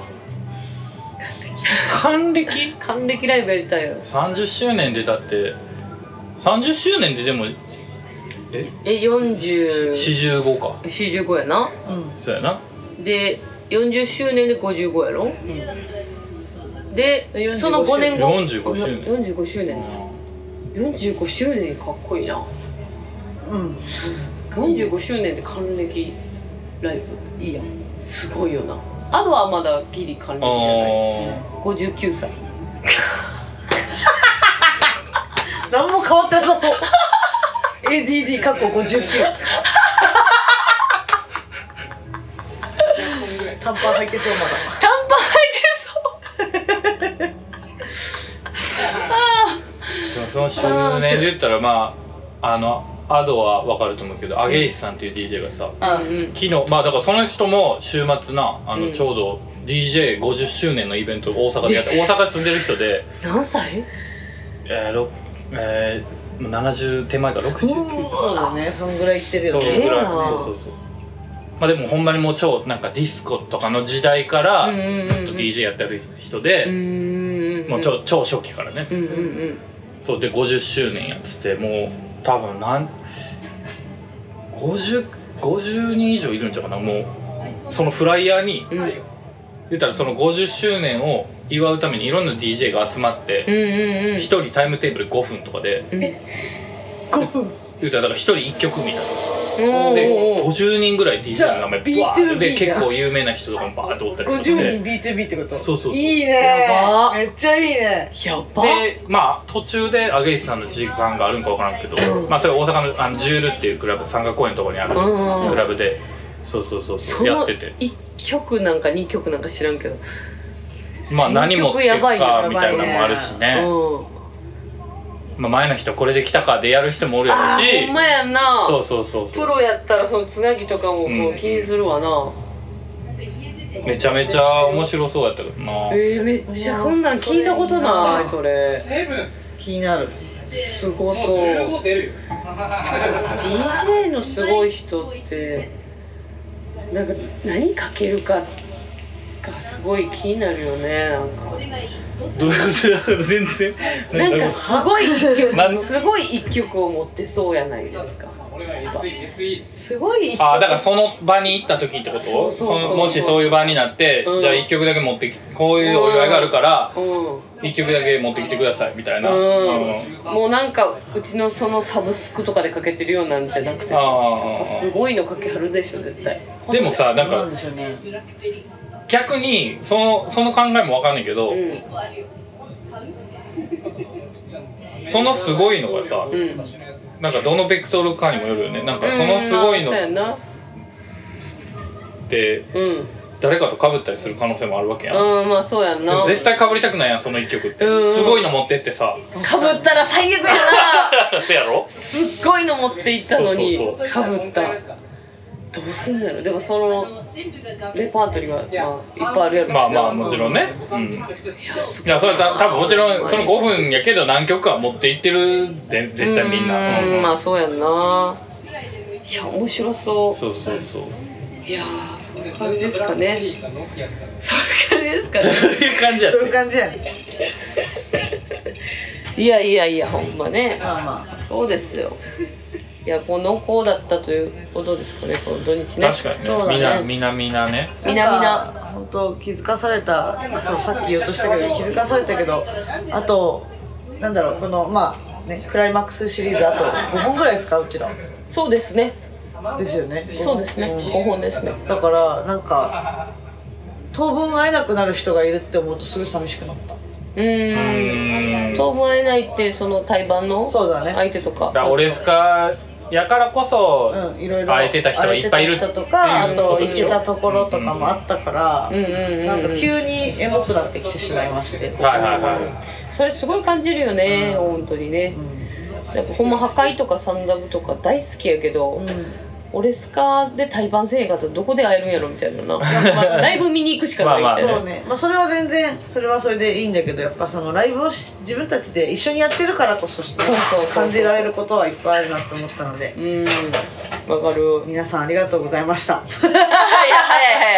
Speaker 3: 還暦
Speaker 1: 還暦ライブやりたいよ
Speaker 3: 30周年でだって30周年ででも
Speaker 1: え4045
Speaker 3: 45か
Speaker 1: やな
Speaker 3: そうやな
Speaker 1: で40周年で55やろ、で
Speaker 2: 45
Speaker 1: その5年後
Speaker 3: 45周年
Speaker 1: 45周年45周年かっこいいな
Speaker 2: うん
Speaker 1: 45周年で還暦ライ
Speaker 2: いいよ
Speaker 1: ブすごいよなアドはまだギリ還
Speaker 3: あ
Speaker 1: 暦じゃない
Speaker 3: ー
Speaker 1: 59歳
Speaker 2: 何も変わってなさそう ADD かっこ59短パン履いてそうまだ
Speaker 1: 短パン履いて
Speaker 3: でもその周年で言ったらまああのアドは分かると思うけどアゲイシさんっていう DJ がさ、
Speaker 2: あ
Speaker 3: 昨日まあだからその人も週末なあの、
Speaker 1: うん
Speaker 3: ちょうど DJ50 周年のイベントを大阪でやって大阪住んでる人で、
Speaker 1: そう 何歳
Speaker 3: えーろえーもう70手前か69
Speaker 2: そうだねそんぐらい行ってるよね
Speaker 3: そうぐらい
Speaker 1: す
Speaker 3: そ
Speaker 1: げえ
Speaker 3: う
Speaker 1: な
Speaker 3: そうそうまあでもほんまにもう超なんかディスコとかの時代から
Speaker 1: うんうんうんうん
Speaker 3: ずっと DJ やってる人
Speaker 1: う
Speaker 3: で、
Speaker 1: ーん
Speaker 3: もう超超初期からね、
Speaker 1: うんうんうん
Speaker 3: そうで50周年やっつってもう多分なん50 50人以上いるんちゃうかなもうそのフライヤーに、
Speaker 1: ん
Speaker 3: 言ったらその50周年を祝うためにいろんな DJ が集まって、
Speaker 1: うんうんうん
Speaker 3: 1人タイムテーブル5分とかで、
Speaker 2: 5分
Speaker 3: 言ったらだから1人1曲みたいな
Speaker 1: お
Speaker 3: で
Speaker 1: ーおー
Speaker 3: 50人ぐらい DJ の名前
Speaker 2: じゃあ
Speaker 3: バーってで
Speaker 2: B2B じゃ
Speaker 3: 結
Speaker 2: ん
Speaker 3: 構有名な人とかもバーっておったりとかして
Speaker 2: 50人 B2B ってこと
Speaker 3: そうそうそう
Speaker 2: いいね
Speaker 1: やば
Speaker 2: めっちゃいいね
Speaker 1: やば
Speaker 3: でまあ途中でアゲイスさんの時間があるんか分からんけど、まあそれ大阪のあのジュールっていうクラブ三角公園のとこにある
Speaker 1: うん
Speaker 3: クラブでそうそうそう
Speaker 1: そ
Speaker 3: そうや
Speaker 1: の
Speaker 3: ってて
Speaker 1: 1曲なんか2曲なんか知らんけど
Speaker 3: まあ何もって
Speaker 1: 選
Speaker 3: いう
Speaker 1: 曲やばいな
Speaker 3: かみたいなのもあるしね、
Speaker 1: うん
Speaker 3: まあ、前の人これで来たかでやる人もおるや
Speaker 1: あ
Speaker 3: ろ
Speaker 1: ー
Speaker 3: し
Speaker 1: ほんまやんな
Speaker 3: そうそうそう
Speaker 1: プ
Speaker 3: そう
Speaker 1: ロやったらそのつなぎとかもこ
Speaker 3: う
Speaker 1: うん気にするわな、
Speaker 3: めちゃめちゃ面白そうやったけどな、
Speaker 1: えー、めっちゃこんなん聞いたことないそれ
Speaker 2: 気になる
Speaker 1: すごそう DJ のすごい人ってなんか何かけるかがすごい気になるよねなんか
Speaker 3: どういうこと全然
Speaker 1: なんかすごい一
Speaker 3: な
Speaker 1: 曲
Speaker 3: ん
Speaker 1: すごい一曲を持ってそうやないですか
Speaker 2: すごい
Speaker 3: ああだからその場に行った時ってこと
Speaker 1: そうそうそう
Speaker 3: のもしそういう場になって、
Speaker 1: うん
Speaker 3: じゃあ1曲だけ持ってきこういうお祝いがあるから
Speaker 1: うん
Speaker 3: 1曲だけ持ってきてくださいみたいな、
Speaker 1: うんもうなんかうちのそのサブスクとかでかけてるようなんじゃなくてさ
Speaker 3: ああ
Speaker 1: すごいのかけはるでしょ絶対
Speaker 3: でもさなん
Speaker 2: な
Speaker 3: か
Speaker 2: んでしょうね
Speaker 3: 逆にそのその考えもわかんないけど、
Speaker 1: うん
Speaker 3: そのすごいのがさ、
Speaker 1: うん
Speaker 3: なんかどのベクトルかにもよるよねなんかそのすごいの
Speaker 1: うんそう
Speaker 3: っ
Speaker 1: やな
Speaker 3: て
Speaker 1: うん
Speaker 3: 誰かと被ったりする可能性もあるわけやん、
Speaker 1: うんまあそうやん
Speaker 3: で
Speaker 1: な
Speaker 3: も絶対被りたくないやんその1曲って、
Speaker 1: うん
Speaker 3: すごいの持ってってさ
Speaker 1: かぶったら最悪やな
Speaker 3: せやろ
Speaker 1: すっごいの持っていったのに
Speaker 3: そう
Speaker 1: かぶったどうすんだろうでもそのレパートリーは、まあ、いっぱいあるやろうし
Speaker 3: まあまあ
Speaker 1: な
Speaker 3: もちろんね、うん、
Speaker 1: いやす
Speaker 3: いやそれはた多分もちろんその5分やけど何曲かは持っていってるで絶対みんな
Speaker 1: う
Speaker 3: うんん
Speaker 1: まあそうやんないや面白そう
Speaker 3: そうそうそう
Speaker 1: いやーそういう感じですかねそういう感じです か
Speaker 3: そういう感じやっ
Speaker 2: そういう
Speaker 3: て
Speaker 2: 感じやね
Speaker 1: ねいやいやいやほんまね
Speaker 2: まあま
Speaker 1: そうですよいやこの子だったということですかねこの土日ね
Speaker 3: 確かに
Speaker 2: そうだ
Speaker 3: ねみんな
Speaker 2: ね
Speaker 3: みんなみんなね
Speaker 2: あ
Speaker 1: みなみな
Speaker 2: 本当気づかされたそうさっき言おうとしたけど気づかされたけどあとなんだろうこのまあねクライマックスシリーズあと5本ぐらいですかうちら
Speaker 1: そうですね
Speaker 2: ですよね
Speaker 1: そうですね5本ですね
Speaker 2: だからなんか当分会えなくなる人がいるって思うとすぐ寂しくなった
Speaker 1: うーん当分会えないってその対バンの
Speaker 2: そうだね
Speaker 1: 相手とか
Speaker 3: だからオレスカやからこそ、
Speaker 2: うんいろいろ
Speaker 3: 会えてた人がいっぱいいる
Speaker 2: 会えてた人とか
Speaker 3: っ
Speaker 2: あ
Speaker 3: ていうことと
Speaker 2: 行
Speaker 3: で
Speaker 2: け
Speaker 3: しょ
Speaker 2: たところとかもあったから、
Speaker 1: うんうんうん
Speaker 2: なんか急にエモくなってきてしまいまして、
Speaker 3: はいはいは
Speaker 1: それすごい感じるよね、本当にね、やっぱほんま破壊とかサンダブとか大好きやけど、俺スカで対バンせえへんかったらどこで会えるんやろみたいな な、まあライブ見に行くしかないみたいな、
Speaker 3: まあ
Speaker 2: そうね、 まあ、それは全然それはそれでいいんだけどやっぱそのライブをし自分たちで一緒にやってるからこそ
Speaker 1: そうそうそう
Speaker 2: 感じられることはいっぱいあるなと思ったので
Speaker 1: うんわかる
Speaker 2: 皆さんありがとうございました
Speaker 1: はいはい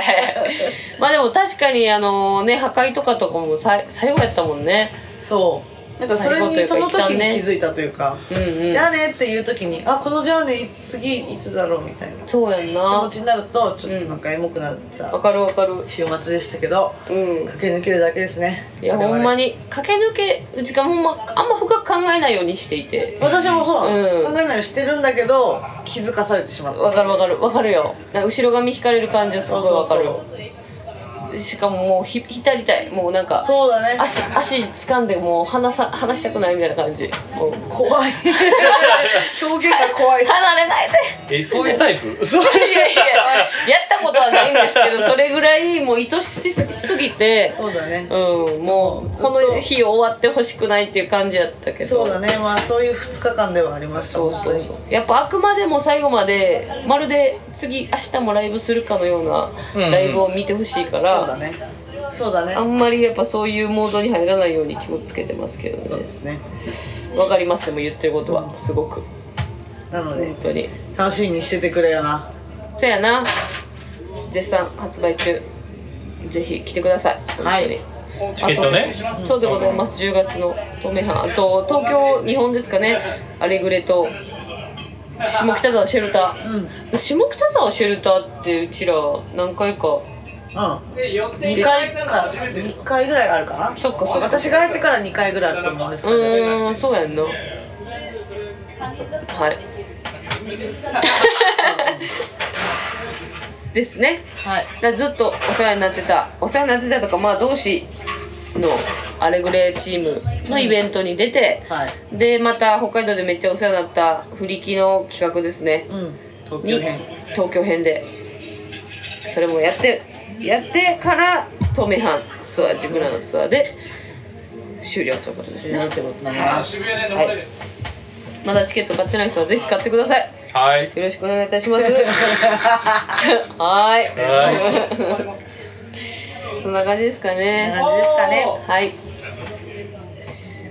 Speaker 1: はいはいまあでも確かにあのね破壊とかとかもさい最後やったもんね
Speaker 2: そうなんかそれにそ
Speaker 1: 最後
Speaker 2: の
Speaker 1: というか
Speaker 2: 時
Speaker 1: 一旦ね
Speaker 2: に気づいたというか「
Speaker 1: うんうん
Speaker 2: じゃあね」っていう時に「あこのじゃあね次いつだろう」みたいな気
Speaker 1: そうやん
Speaker 2: 持
Speaker 1: な
Speaker 2: ちになるとちょっとなんかエモくなった
Speaker 1: わかるわかる
Speaker 2: 週末でしたけど
Speaker 1: うん
Speaker 2: 駆け抜けるだけですね
Speaker 1: いや
Speaker 2: 我々
Speaker 1: ほんまに駆け抜けうちがほんまあんま深く考えないようにしていて
Speaker 2: 私もそうなの、
Speaker 1: うん
Speaker 2: 考えないようにしてるんだけど気づかされてしまった
Speaker 1: わかるわかるわかるよなんか後ろ髪引かれる感じはすごいわかる
Speaker 2: そう
Speaker 1: しかももうひ浸りたいもうなんか
Speaker 2: そうだね
Speaker 1: 足足掴んでもう離さ離したくないみたいな感じもう
Speaker 2: 怖い表現が怖い
Speaker 1: 離れないで
Speaker 3: いえそういうタイプそう
Speaker 1: いやい ややったことはないんですけどそれぐらいもう愛しすぎて
Speaker 2: そうだね
Speaker 1: うんもうこの日終わってほしくないっていう感じやったけど
Speaker 2: そうだねまあそういう2日間ではありました
Speaker 1: そうそうそうやっぱあくまでも最後までまるで次明日もライブするかのような
Speaker 3: うんうん
Speaker 1: ライブを見てほしいか
Speaker 2: 本
Speaker 1: ら、
Speaker 2: 当にそうだねそうだね
Speaker 1: あんまりやっぱそういうモードに入らないように気をつけてますけど
Speaker 2: そう
Speaker 1: ね
Speaker 2: ですね
Speaker 1: わかりますでも言ってることはすごく
Speaker 2: なので
Speaker 1: 本当に
Speaker 2: 楽しみにしててくれよな
Speaker 1: そやな絶賛発売中ぜひ来てください本当に、
Speaker 2: はい
Speaker 3: チケットね
Speaker 1: あとそうでございます10月の東名阪あと東京日本ですかねアレグレと下北沢シェルター、下北沢シェルターってうちら何回か
Speaker 2: うん2回か二回ぐらいあるかな
Speaker 1: そっかそっか
Speaker 2: 私が入ってから2回ぐらいあると思うんです
Speaker 1: う
Speaker 2: けど
Speaker 1: ーんそうやんな はいですね
Speaker 2: はい
Speaker 1: だからずっとお世話になってたお世話になってたとかまあ同志のアレグレチームのイベントに出て、
Speaker 2: はい
Speaker 1: でまた北海道でめっちゃお世話になったフリキの企画ですね、
Speaker 2: うん東
Speaker 1: に
Speaker 2: 京編
Speaker 1: 東京編でそれもやってやってから東名阪ツアージブラのツアーで終了ということです
Speaker 2: 終了
Speaker 1: ね
Speaker 2: ってことになりますはい
Speaker 1: まだチケット買ってない人はぜひ買ってください
Speaker 3: はい
Speaker 1: よろしくお願いいたし ますはーい そんな感じですか
Speaker 2: こんな
Speaker 1: ね
Speaker 2: 感じですかね
Speaker 1: はい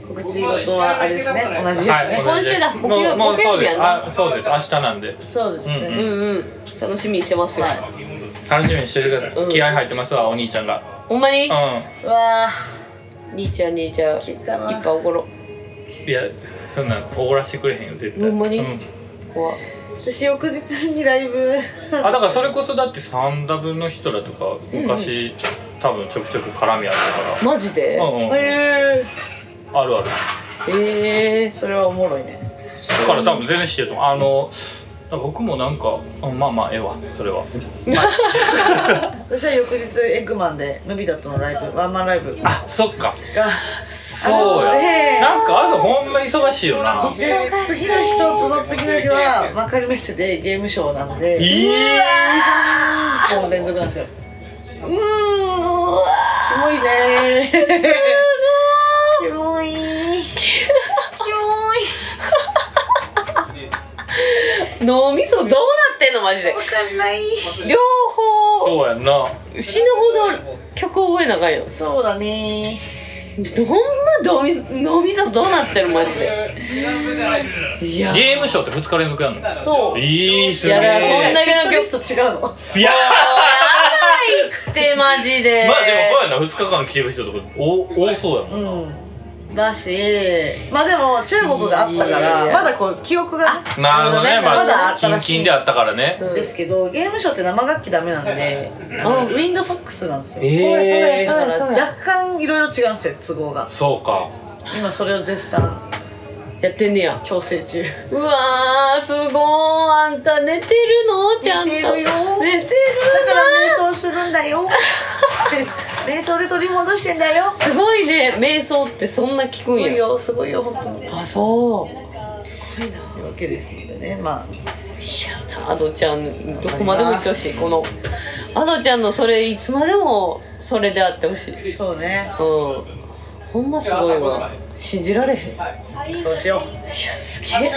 Speaker 2: 告知事はあれですね同じですね、
Speaker 3: はい
Speaker 1: 今週だ
Speaker 3: もう
Speaker 1: 木曜
Speaker 3: もう
Speaker 1: 木
Speaker 3: そ
Speaker 1: 曜
Speaker 3: う
Speaker 1: 日
Speaker 3: です
Speaker 1: やな
Speaker 3: あそうです明日なんで
Speaker 2: そうですね、
Speaker 1: うんうん楽しみにしてますよ、
Speaker 2: は
Speaker 3: 楽しみにしててください、気合入ってますわお兄ちゃんが
Speaker 1: ほんまに
Speaker 3: うん
Speaker 2: い、うわ
Speaker 1: 兄ちゃん兄ちゃんいっ
Speaker 2: かな
Speaker 1: ぱいおごろ
Speaker 3: いやそんなんおごらしてくれへんよ絶対
Speaker 1: ほんまに
Speaker 3: うん
Speaker 1: ここは
Speaker 2: 私翌日にライブ
Speaker 3: あだからそれこそだって三ダブの人らとか昔、多分ちょくちょく絡みあった
Speaker 1: マジで、
Speaker 3: から、うんうん、あ
Speaker 2: そう
Speaker 3: る
Speaker 2: いう
Speaker 3: ある
Speaker 1: ええ
Speaker 2: それはおもろいね
Speaker 3: だから多分全然知ってると思うあの僕もなんかうんまあまあええわそれは
Speaker 2: 私は翌日エッグマンでムビダットのライブワンマンライブが
Speaker 3: あそっかそうや、
Speaker 2: ねえ
Speaker 3: なんかあのほんま忙しいよな
Speaker 2: で次の日とその次の日は幕張メッセでゲームショーなんで
Speaker 3: いい
Speaker 2: 1本連続なんですよ
Speaker 1: うーわ
Speaker 2: キモいねすごいキモいキモ
Speaker 1: 脳みそどうなってんのマジで
Speaker 2: いわかんない
Speaker 1: 両方
Speaker 3: そうやんな
Speaker 1: 死ぬほど曲覚えなあかんよ
Speaker 2: そうだね
Speaker 1: どんま脳みそ脳みそどうなってるマジでいや
Speaker 3: ゲームショーって2日連続やんの
Speaker 2: そう
Speaker 3: いいっす
Speaker 1: い
Speaker 3: ね
Speaker 1: やだからそんな
Speaker 2: セットリスト違うの
Speaker 3: いや
Speaker 1: やばいってマジで
Speaker 3: まあでもそうやんな2日間来てる人とかお多そうやもん
Speaker 2: うんだしまあでも中国があったか
Speaker 1: い
Speaker 2: ら
Speaker 1: や
Speaker 2: まだこう記憶がね
Speaker 3: なるほど
Speaker 1: な
Speaker 3: ね
Speaker 1: るほどね
Speaker 3: まあ
Speaker 1: ま
Speaker 2: だ
Speaker 3: キンキンであったからね、
Speaker 1: うん
Speaker 2: ですけどゲームショーって生楽器ダメなんであのウィンドサックスなんですよ
Speaker 3: えー
Speaker 1: そうやそうやそうや
Speaker 2: だから
Speaker 1: そうや
Speaker 2: 若干いろいろ違うんですよ都合が
Speaker 3: そうか
Speaker 2: 今それを絶賛
Speaker 1: やってんねや
Speaker 2: 強制中
Speaker 1: うわーすごいあんた寝てるのちゃんと
Speaker 2: 寝てるよ
Speaker 1: 寝てる
Speaker 2: だから瞑想するんだよ 瞑想で取り戻してんだよ
Speaker 1: すごいね瞑想ってそんな聞く
Speaker 2: す
Speaker 1: ん
Speaker 2: ごい
Speaker 1: や
Speaker 2: よすごいよ本当に
Speaker 1: あそう
Speaker 2: というわけですのでねまあ
Speaker 1: アドちゃんどこまでも行ってほしいこのアドちゃんのそれいつまでもそれであってほしいうん
Speaker 2: そうね
Speaker 1: ほんますごいわ信じられへんいや
Speaker 2: そうしよ
Speaker 1: すげえ
Speaker 2: う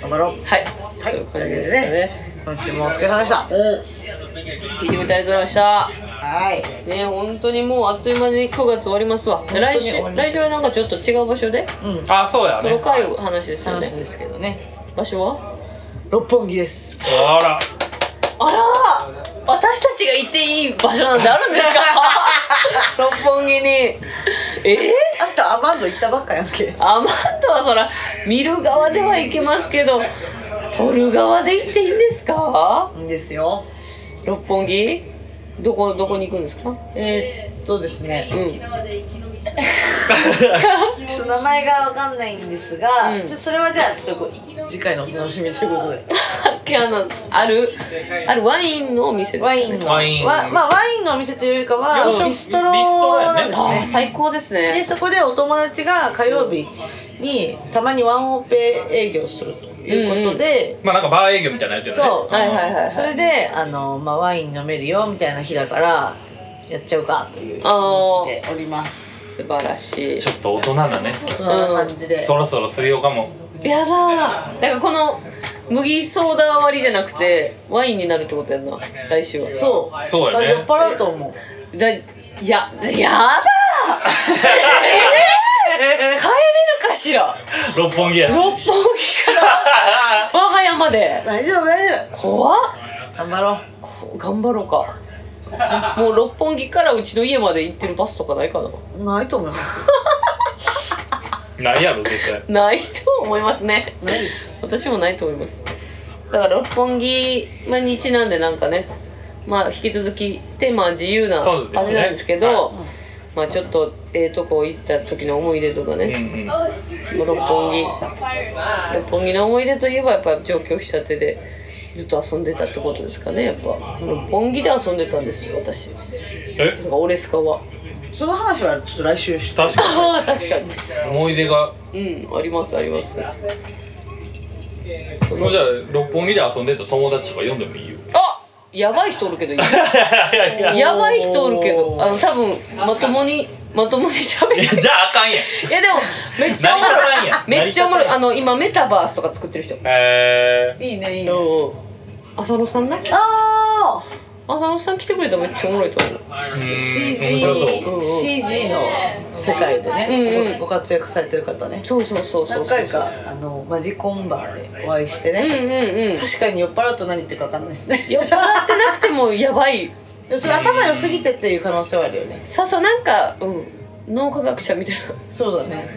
Speaker 2: 頑張ろう
Speaker 1: はい
Speaker 2: は
Speaker 1: そう
Speaker 2: い
Speaker 1: いう
Speaker 2: と
Speaker 1: 感じ
Speaker 2: いうわけ
Speaker 1: です
Speaker 2: で
Speaker 1: か
Speaker 2: ね
Speaker 1: ね
Speaker 2: 今週もお疲れ様でした
Speaker 1: 聞いてくれてありがとうございま
Speaker 2: はい
Speaker 1: したね本当にもうあっという間に9月終わりますわ来
Speaker 2: 終
Speaker 1: 週
Speaker 2: わります
Speaker 1: 来週はなんかちょっと違う場所で
Speaker 2: うん
Speaker 3: あそうや
Speaker 1: ト
Speaker 3: ね
Speaker 1: ロかいう話ですよね
Speaker 2: 話ですけどね
Speaker 1: 場所は
Speaker 2: 六本木です
Speaker 3: あら
Speaker 1: あら私たちが行っていい場所なんてあるんですか 六本木にえー
Speaker 2: あんたアマンド行ったばっかやんけ
Speaker 1: アマンドはそら見る側では行けますけど撮る側で行っていいんですか
Speaker 2: いいんですよ
Speaker 1: 六本木どこどこに行くんですか
Speaker 2: えー、っとですね
Speaker 1: うん
Speaker 2: ちょっと名前がわかんないんですが、
Speaker 1: うん
Speaker 2: ちょっとそれはじゃあちょっとこ次回のお楽しみということで
Speaker 1: あのあるあるワインのお店ですか
Speaker 2: ワ
Speaker 1: ね
Speaker 2: インの
Speaker 3: ワイン
Speaker 2: わまあワインのお店というよりか
Speaker 3: 洋食
Speaker 2: はビストロ
Speaker 3: ビストロやね
Speaker 2: なんです
Speaker 1: ああ
Speaker 2: ね
Speaker 1: 最高です
Speaker 2: で
Speaker 1: ね
Speaker 2: そこでお友達が火曜日にたまにワンオペ営業するということで、
Speaker 3: まあなんかバー営業みたいなやつやね
Speaker 2: そう
Speaker 1: はいはいはい
Speaker 2: そ
Speaker 1: はい
Speaker 2: れであの、まあ、ワイン飲めるよみたいな日だからやっちゃうかという気持ちでおります
Speaker 1: 素晴らしい
Speaker 3: ちょっと大人だね
Speaker 2: そんな感じで、
Speaker 3: そろそろ水曜かも
Speaker 1: やだーだからこの麦ソーダ割りじゃなくてワインになるってことやんな来週は
Speaker 2: そう
Speaker 3: そうやね
Speaker 2: だから酔っ払うと思う
Speaker 1: うだいや やだー帰れるかしら
Speaker 3: 六本木やし
Speaker 1: 六本木から 我が家まで
Speaker 2: 大丈夫大丈
Speaker 1: 怖っ
Speaker 2: 夫頑張ろう
Speaker 1: こ頑張ろうかもう六本木からうちの家まで行ってるバスとかないかな
Speaker 2: ないと思います。
Speaker 3: ないやろ絶対
Speaker 1: ないと思いますね
Speaker 2: ないです。
Speaker 1: 私もないと思いますだから六本木にちなんでなんかねまあ引き続きテーマは自由な
Speaker 3: そうですね
Speaker 1: 感じなんですけどまあちょっとええとこ行った時の思い出とか
Speaker 3: う
Speaker 1: ね、
Speaker 3: んうん
Speaker 1: 六本木六本木の思い出といえばやっぱ上京したてでずっと遊んでたってことですかねやっぱ六本木で遊んでたんですよ私だ
Speaker 3: え
Speaker 1: からオレスカは
Speaker 2: その話はちょっと来週して。
Speaker 3: 確か
Speaker 1: ああ確かに
Speaker 3: に思い出が
Speaker 1: うんありますあります
Speaker 3: それじゃあ六本木で遊んでた友達とか読んでもいいよ
Speaker 1: あやばい人おるけどいい
Speaker 3: いやいやい
Speaker 1: やばい人おるけどあの多分まともにまともに喋る
Speaker 3: や じゃああかんやん
Speaker 1: いやでもめっちゃお
Speaker 3: 成
Speaker 1: も
Speaker 3: り立
Speaker 1: ろい
Speaker 3: たんやん
Speaker 1: めっちゃおもろい
Speaker 3: 成り立
Speaker 1: あの今メタバースとか作ってる人
Speaker 3: たんやへ
Speaker 2: いいねいいね。
Speaker 1: うん浅野さんな
Speaker 2: あ
Speaker 1: 浅野さん来てくれたらめっちゃおもろいと思う
Speaker 3: ー
Speaker 2: あ
Speaker 3: う
Speaker 2: CG
Speaker 3: ーん面白そう
Speaker 1: うんうん
Speaker 2: CG の世界で
Speaker 1: うんうん
Speaker 2: ねごご活躍されてる方ね。
Speaker 1: そうそうそうそう
Speaker 2: 何回かあのマジコンバーでお会いして
Speaker 1: うんう
Speaker 2: ね。
Speaker 1: んうん
Speaker 2: 確かに酔っ払うと何言ってるか分かんないです ね。
Speaker 1: 酔っ払ってなくてもやばい
Speaker 2: でもそれ頭良すぎてっていう可能性はあるよね。
Speaker 1: そうそうなんかうん脳科学者みたい
Speaker 2: そうだね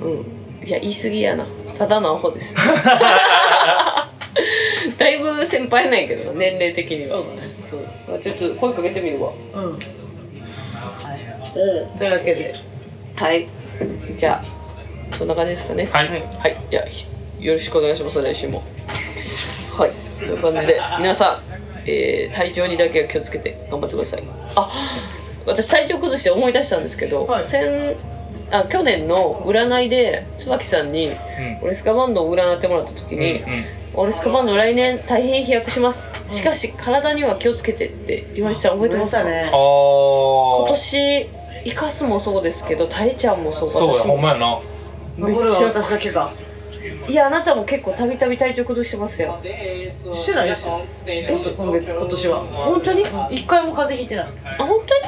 Speaker 1: なうんいや言い過ぎやなただのアホです だいぶ先輩なんやけどな年齢的には
Speaker 2: そうだね
Speaker 1: うんあちょっと声かけてみるわ
Speaker 2: うん
Speaker 1: うん
Speaker 2: というわけで
Speaker 1: はいじゃあそんな感じですかね
Speaker 3: はい
Speaker 1: はい、じゃあひよろしくお願いします来週もはいそういう感じで皆さん、えー体調にだけは気をつけて頑張ってくださいあ私体調崩して思い出したんですけど、
Speaker 2: はい
Speaker 1: 先あ去年の占いで椿さんに、オレスカバンドを占ってもらった時に、
Speaker 3: うんうん
Speaker 1: オレスカバンド来年大変飛躍しますしかし体には気をつけてって言われてたの覚えてますか
Speaker 2: ね
Speaker 1: 今
Speaker 3: ああ
Speaker 1: 年イカスもそうですけどタイちゃんもそうか
Speaker 3: そうや
Speaker 1: 私
Speaker 3: ほん
Speaker 1: も
Speaker 3: まやな
Speaker 1: めっ
Speaker 2: これは
Speaker 1: ちゃ
Speaker 2: 私だけか
Speaker 1: いやあなたも結構たびたび体調崩してますよ
Speaker 2: してないですよ今月今年は
Speaker 1: 本当に
Speaker 2: 一回も風邪ひいてない
Speaker 1: あ本当に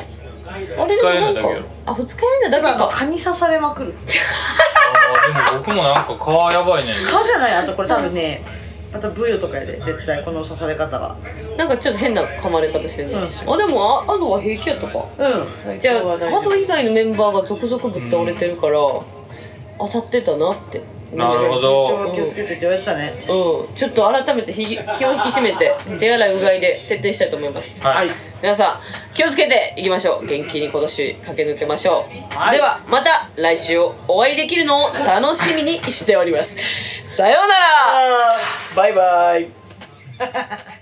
Speaker 1: あれで
Speaker 3: 二
Speaker 1: も
Speaker 3: 日酔い
Speaker 1: な
Speaker 3: なんだ
Speaker 1: か
Speaker 3: けど
Speaker 1: あ二日酔いなだけ
Speaker 2: なんか
Speaker 1: か
Speaker 2: 蚊に刺されまくる
Speaker 3: あーでも僕もなんか顔やばいね
Speaker 2: 蚊じゃないあとこれ多分ねまたブヨとかやで絶対この刺され方は
Speaker 1: なんかちょっと変な噛まれ方してるね、
Speaker 2: うん
Speaker 1: あでもあアドは平気やったか
Speaker 2: うん
Speaker 1: じゃ
Speaker 2: 今
Speaker 1: あ
Speaker 2: 日は
Speaker 1: ハ
Speaker 2: 大丈
Speaker 1: ブ以外のメンバーが続々ぶっ倒れてるから、当たってたなって
Speaker 3: なるほ
Speaker 2: 夫
Speaker 3: ど
Speaker 2: 気をつけてって言われてたね
Speaker 1: うん、ちょっと改めてひ気を引き締めて手洗いうがいで徹底したいと思います、
Speaker 3: はい
Speaker 1: 皆さん気をつけていきましょう元気に今年駆け抜けましょう、
Speaker 2: はい
Speaker 1: ではまた来週お会いできるのを楽しみにしておりますさようなら
Speaker 2: バイバイ